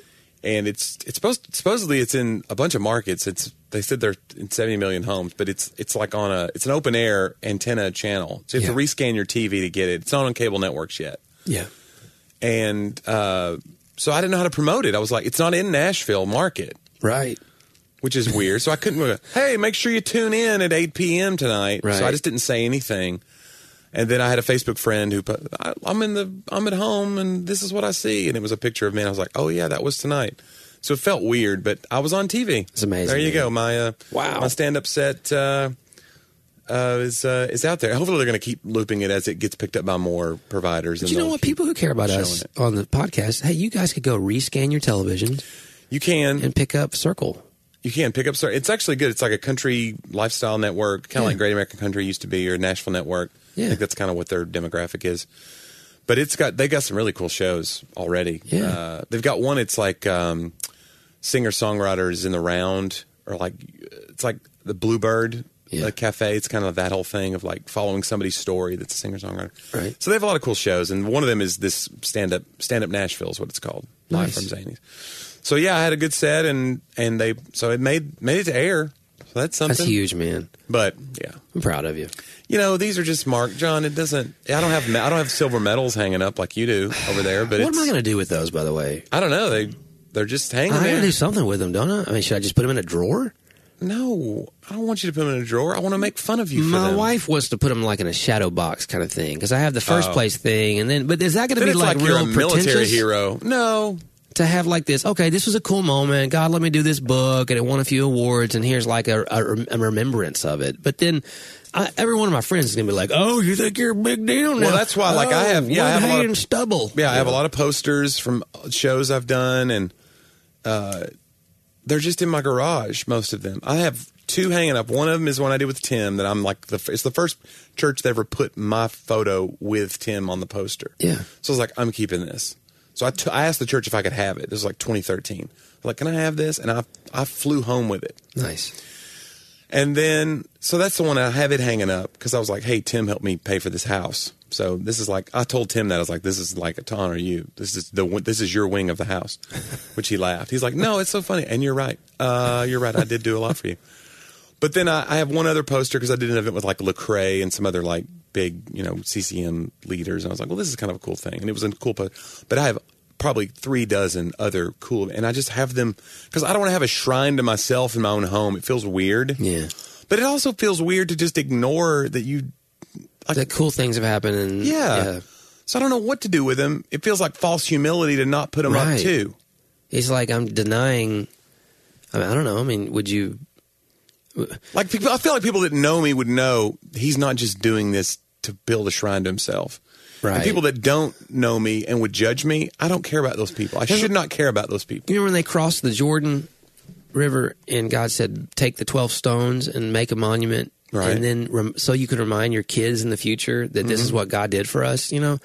Speaker 2: and it's it's supposed supposedly it's in a bunch of markets. It's they said they're in seventy million homes, but it's it's like on a it's an open air antenna channel. So you have
Speaker 1: Yeah.
Speaker 2: to rescan your TV to get it. It's not on cable networks yet,
Speaker 1: Yeah.
Speaker 2: and uh, so I didn't know how to promote it. I was like, it's not in Nashville market,
Speaker 1: Right.
Speaker 2: which is weird. so I couldn't. go, Hey, make sure you tune in at eight p.m. tonight.
Speaker 1: Right.
Speaker 2: So I just didn't say anything. And then I had a Facebook friend who put, I, I'm in the, I'm at home and this is what I see. And it was a picture of me. And I was like, oh yeah, that was tonight. So it felt weird, but I was on TV.
Speaker 1: It's amazing,
Speaker 2: There you
Speaker 1: man.
Speaker 2: go. My, uh,
Speaker 1: Wow.
Speaker 2: my stand up set, uh, uh, is uh, is out there. Hopefully, they're going to keep looping it as it gets picked up by more providers.
Speaker 1: But
Speaker 2: and
Speaker 1: you know
Speaker 2: they'll
Speaker 1: what?
Speaker 2: keep-
Speaker 1: People who care about us
Speaker 2: showing
Speaker 1: on the podcast, hey, you guys could go rescan your television
Speaker 2: you can
Speaker 1: and pick up Circle.
Speaker 2: You can pick up. Sorry, it's actually good. It's like a country lifestyle network, kind of
Speaker 1: Yeah.
Speaker 2: like Great American Country used to be, or Nashville Network.
Speaker 1: Yeah.
Speaker 2: I think that's kind of what their demographic is. But it's got they got some really cool shows already.
Speaker 1: Yeah.
Speaker 2: uh, they've got one. It's like um, singer songwriters in the round, or like it's like the Bluebird
Speaker 1: Yeah.
Speaker 2: uh, Cafe. It's kind of that whole thing of like following somebody's story that's a singer songwriter.
Speaker 1: Right.
Speaker 2: So they have a lot of cool shows, and one of them is this stand up stand up Nashville is what it's called. Live
Speaker 1: Nice.
Speaker 2: from Zanies. So yeah, I had a good set, and and they so it made made it to air. So that's something.
Speaker 1: That's huge, man.
Speaker 2: But yeah,
Speaker 1: I'm proud of you.
Speaker 2: you know, these are just marked, John. It doesn't. I don't have. me- I don't have silver medals hanging up like you do over there. But
Speaker 1: What
Speaker 2: it's,
Speaker 1: am I going to do with those, by the way?
Speaker 2: I don't know. They they're just hanging
Speaker 1: I got to
Speaker 2: there.
Speaker 1: do something with them, don't I? I mean, should I just put them in a drawer?
Speaker 2: No, I don't want you to put them in a drawer. I want to make fun of you. For
Speaker 1: My
Speaker 2: them.
Speaker 1: wife wants to put them like in a shadow box kind of thing because I have the first
Speaker 2: Oh.
Speaker 1: place thing, and then but is that going to
Speaker 2: Then
Speaker 1: be
Speaker 2: it's like,
Speaker 1: like,
Speaker 2: you're
Speaker 1: real
Speaker 2: a military
Speaker 1: pretentious
Speaker 2: hero. No,
Speaker 1: to have like this? Okay, this was a cool moment. God, let me do this book, and it won a few awards, and here's like a, a, a remembrance of it. But then I, every one of my friends is going to be like, "Oh, you think you're a big deal now?"
Speaker 2: Well, that's why, like, I
Speaker 1: Oh,
Speaker 2: have- yeah, I
Speaker 1: one
Speaker 2: have a lot
Speaker 1: hay
Speaker 2: of-
Speaker 1: and stubble.
Speaker 2: Yeah, I have a lot of posters from shows I've done, and uh, they're just in my garage. Most of them. I have two hanging up. One of them is one I did with Tim. That I'm like the f- it's the first church that ever put my photo with Tim on the poster.
Speaker 1: Yeah.
Speaker 2: So I was like, I'm keeping this. So I, t- I asked the church if I could have it. This was like 2013. I'm like, can I have this? And I I flew home with it.
Speaker 1: Nice.
Speaker 2: And then, so that's the one I have it hanging up because I was like, hey, Tim helped me pay for this house. So this is like, I told Tim that. I was like, this is like to honor you. This is the this is your wing of the house, which he laughed. He's like, no, it's so funny. And you're right. Uh, you're right. I did do a lot for you. But then I, I have one other poster because I did an event with like Lecrae and some other like big, you know, CCM leaders, and I was like, well, this is kind of a cool thing, and it was a cool poster. But I have probably three dozen other cool, and I just have them because I don't want to have a shrine to myself in my own home. It feels weird.
Speaker 1: Yeah.
Speaker 2: But it also feels weird to just ignore that you.
Speaker 1: That cool things have happened. And,
Speaker 2: Yeah. So I don't know what to do with them. It feels like false humility to not put them up
Speaker 1: Right.
Speaker 2: too.
Speaker 1: It's like I'm denying. I, mean, I don't know. I mean, would you?
Speaker 2: Like people, I feel like people that know me would know he's not just doing this to build a shrine to himself. And
Speaker 1: Right.
Speaker 2: people that don't know me and would judge me, I don't care about those people. I should not care about those people.
Speaker 1: You remember when they crossed the Jordan River and God said, "Take the twelve stones and make a monument."
Speaker 2: Right. Mm-hmm.
Speaker 1: And then, rem- so you could remind your kids in the future that this is what God did for us. You know,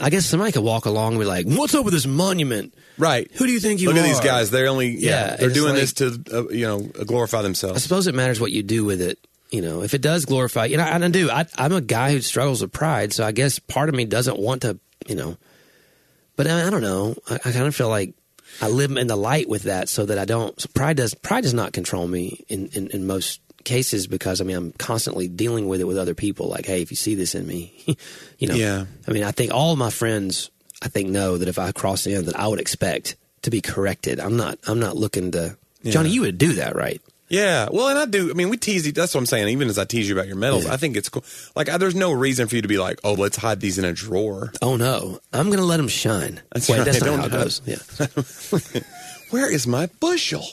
Speaker 1: I guess somebody could walk along and be like, "What's up with this monument?"
Speaker 2: Right.
Speaker 1: Who do you think you
Speaker 2: Look at these
Speaker 1: are?
Speaker 2: guys. They're only yeah,
Speaker 1: Yeah,
Speaker 2: they're
Speaker 1: it's
Speaker 2: doing
Speaker 1: like-
Speaker 2: this to uh, you know glorify
Speaker 1: I
Speaker 2: themselves.
Speaker 1: suppose it matters what you do with it. You know, if it does glorify, you know, and I do. I, I'm a guy who struggles with pride, so I guess part of me doesn't want to, you know. But I, I don't know. I, I kind of feel like I live in the light with that, so that I don't. So pride does pride does not control me in, in in most cases because I mean I'm constantly dealing with it with other people. Like, hey, if you see this in me, you know.
Speaker 2: Yeah.
Speaker 1: I mean, I think all of my friends, I think know that if I cross in, that I would expect to be corrected. I'm not. I'm not looking to. Johnny, you would do that, right?
Speaker 2: Yeah. Well, and I do. I mean, we tease. you- That's what I'm saying. Even as I tease you about your medals,
Speaker 1: Yeah.
Speaker 2: I think it's cool. Like, I, there's no reason for you to be like, oh, let's hide these in a drawer.
Speaker 1: Oh no, I'm going to let him shine.
Speaker 2: That's
Speaker 1: Wait,
Speaker 2: right.
Speaker 1: that's not
Speaker 2: Don't
Speaker 1: how it
Speaker 2: do that.
Speaker 1: goes. Yeah.
Speaker 2: Where is my bushel?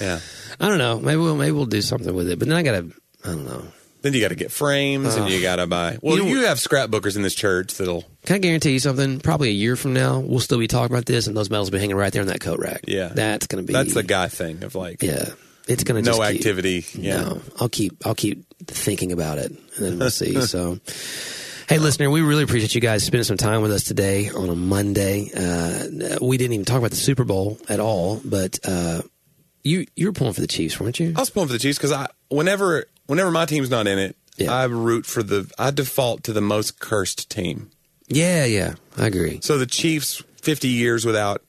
Speaker 2: yeah.
Speaker 1: I don't know. Maybe we'll maybe we'll do something with it. But then I got to. I don't know.
Speaker 2: Then you got to get frames, and you got to buy. Well,
Speaker 1: You
Speaker 2: you,
Speaker 1: know-
Speaker 2: have scrapbookers in this church that'll.
Speaker 1: Can I guarantee you something? Probably a year from now, we'll still be talking about this, and those medals will be hanging right there in that coat rack.
Speaker 2: Yeah.
Speaker 1: that's going to be.
Speaker 2: That's the guy thing of like
Speaker 1: Yeah, it's going to
Speaker 2: no
Speaker 1: just keep-
Speaker 2: activity. yeah.
Speaker 1: No, I'll keep I'll keep thinking about it, and then we'll see. So, hey, listener, we really appreciate you guys spending some time with us today on a Monday. Uh, we didn't even talk about the Super Bowl at all, but uh, you you were pulling for the Chiefs, weren't you?
Speaker 2: I was pulling for the Chiefs because I whenever whenever my team's not in it,
Speaker 1: Yeah.
Speaker 2: I root for the I default to the most cursed team.
Speaker 1: Yeah, yeah, I agree.
Speaker 2: So the Chiefs, fifty years without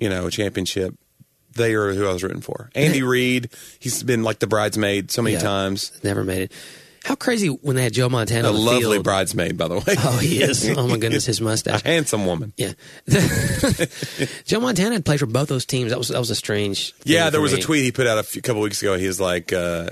Speaker 2: you know a championship, they are who I was rooting for. Andy Reid, he's been like the bridesmaid so many
Speaker 1: Yeah.
Speaker 2: times.
Speaker 1: Never made it. How crazy when they had Joe Montana.
Speaker 2: A
Speaker 1: on the
Speaker 2: lovely
Speaker 1: field.
Speaker 2: bridesmaid, by the way.
Speaker 1: Oh, he is. Oh my goodness, his
Speaker 2: a
Speaker 1: mustache.
Speaker 2: handsome woman.
Speaker 1: Yeah, Joe Montana had played for both those teams. That was that was a strange. thing
Speaker 2: Yeah,
Speaker 1: for
Speaker 2: there was a
Speaker 1: me.
Speaker 2: tweet he put out a few, couple weeks ago. He was like, uh,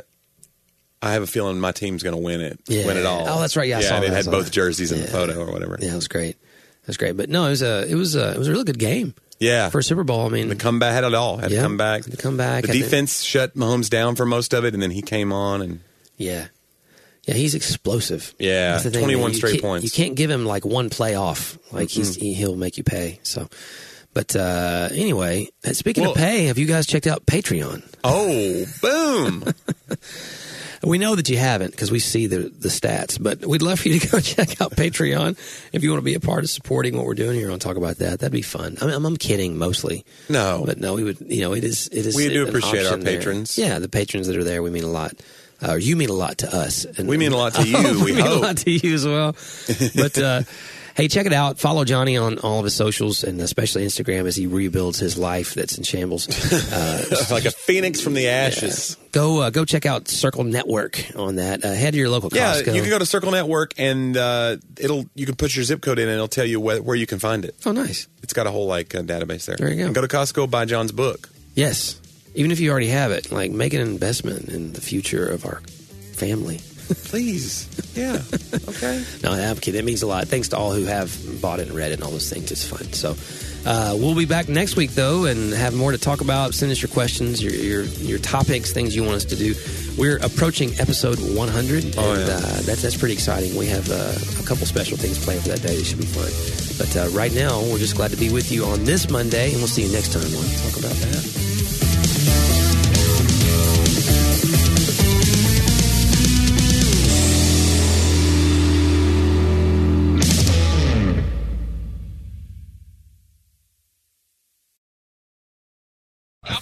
Speaker 2: "I have a feeling my team's going to win it,
Speaker 1: Yeah.
Speaker 2: win it all."
Speaker 1: Oh, that's right. Yeah, I saw
Speaker 2: and
Speaker 1: that. I
Speaker 2: it had
Speaker 1: saw
Speaker 2: both
Speaker 1: that.
Speaker 2: jerseys in the
Speaker 1: Yeah.
Speaker 2: photo or whatever.
Speaker 1: Yeah, it was great. It was great. But no, it was a it was a it was a really good game
Speaker 2: Yeah.
Speaker 1: for a Super Bowl. I mean,
Speaker 2: The comeback had it all. Had
Speaker 1: Yeah,
Speaker 2: to come back.
Speaker 1: had to come back,
Speaker 2: The
Speaker 1: had to-
Speaker 2: defense shut Mahomes down for most of it, and then he came on. And
Speaker 1: yeah, yeah, he's explosive.
Speaker 2: Yeah,
Speaker 1: That's the thing, man.
Speaker 2: 21
Speaker 1: You
Speaker 2: straight
Speaker 1: can't-
Speaker 2: points.
Speaker 1: You can't give him like one play off. Like he's he, he'll make you pay. So, but uh anyway, and speaking
Speaker 2: Well-
Speaker 1: of pay, have you guys checked out Patreon?
Speaker 2: oh, boom!
Speaker 1: We know that you haven't because we see the the stats, but we'd love for you to go check out Patreon if you want to be a part of supporting what we're doing here on Talk About That. That'd be fun. I mean, I'm, I'm kidding mostly.
Speaker 2: No.
Speaker 1: but no, we would. You know, it is it is.
Speaker 2: We do
Speaker 1: an
Speaker 2: appreciate our
Speaker 1: option there.
Speaker 2: patrons.
Speaker 1: Yeah, the patrons that are there, we mean a lot. Uh, you mean a lot to us, and
Speaker 2: We mean a lot to you,
Speaker 1: we
Speaker 2: we
Speaker 1: mean a
Speaker 2: hope.
Speaker 1: lot to you as well. But uh, Hey, check it out. Follow Johnny on all of his socials and especially Instagram as he rebuilds his life that's in shambles. Uh,
Speaker 2: like a phoenix from the ashes.
Speaker 1: go uh, go check out Circle Network on that. Uh, head to your local
Speaker 2: Yeah,
Speaker 1: Costco.
Speaker 2: you can go to Circle Network and uh, it'll you can put your zip code in and it'll tell you wh- where you can find it.
Speaker 1: oh, nice.
Speaker 2: It's got a whole like uh, database there.
Speaker 1: There you go.
Speaker 2: And go to Costco, buy John's book.
Speaker 1: Yes. Even if you already have it, like make an investment in the future of our family.
Speaker 2: Please. Yeah. okay.
Speaker 1: No, I'm kidding. It means a lot. Thanks to all who have bought it and read it and all those things. It's fun. So uh, we'll be back next week, though, and have more to talk about. Send us your questions, your your, your topics, things you want us to do. We're approaching episode 100,
Speaker 2: Oh,
Speaker 1: and
Speaker 2: yeah.
Speaker 1: uh, that's, that's pretty exciting. We have uh, a couple special things planned for that day. It should be fun. But uh, right now, we're just glad to be with you on this Monday, and we'll see you next time on Talk About That.
Speaker 3: I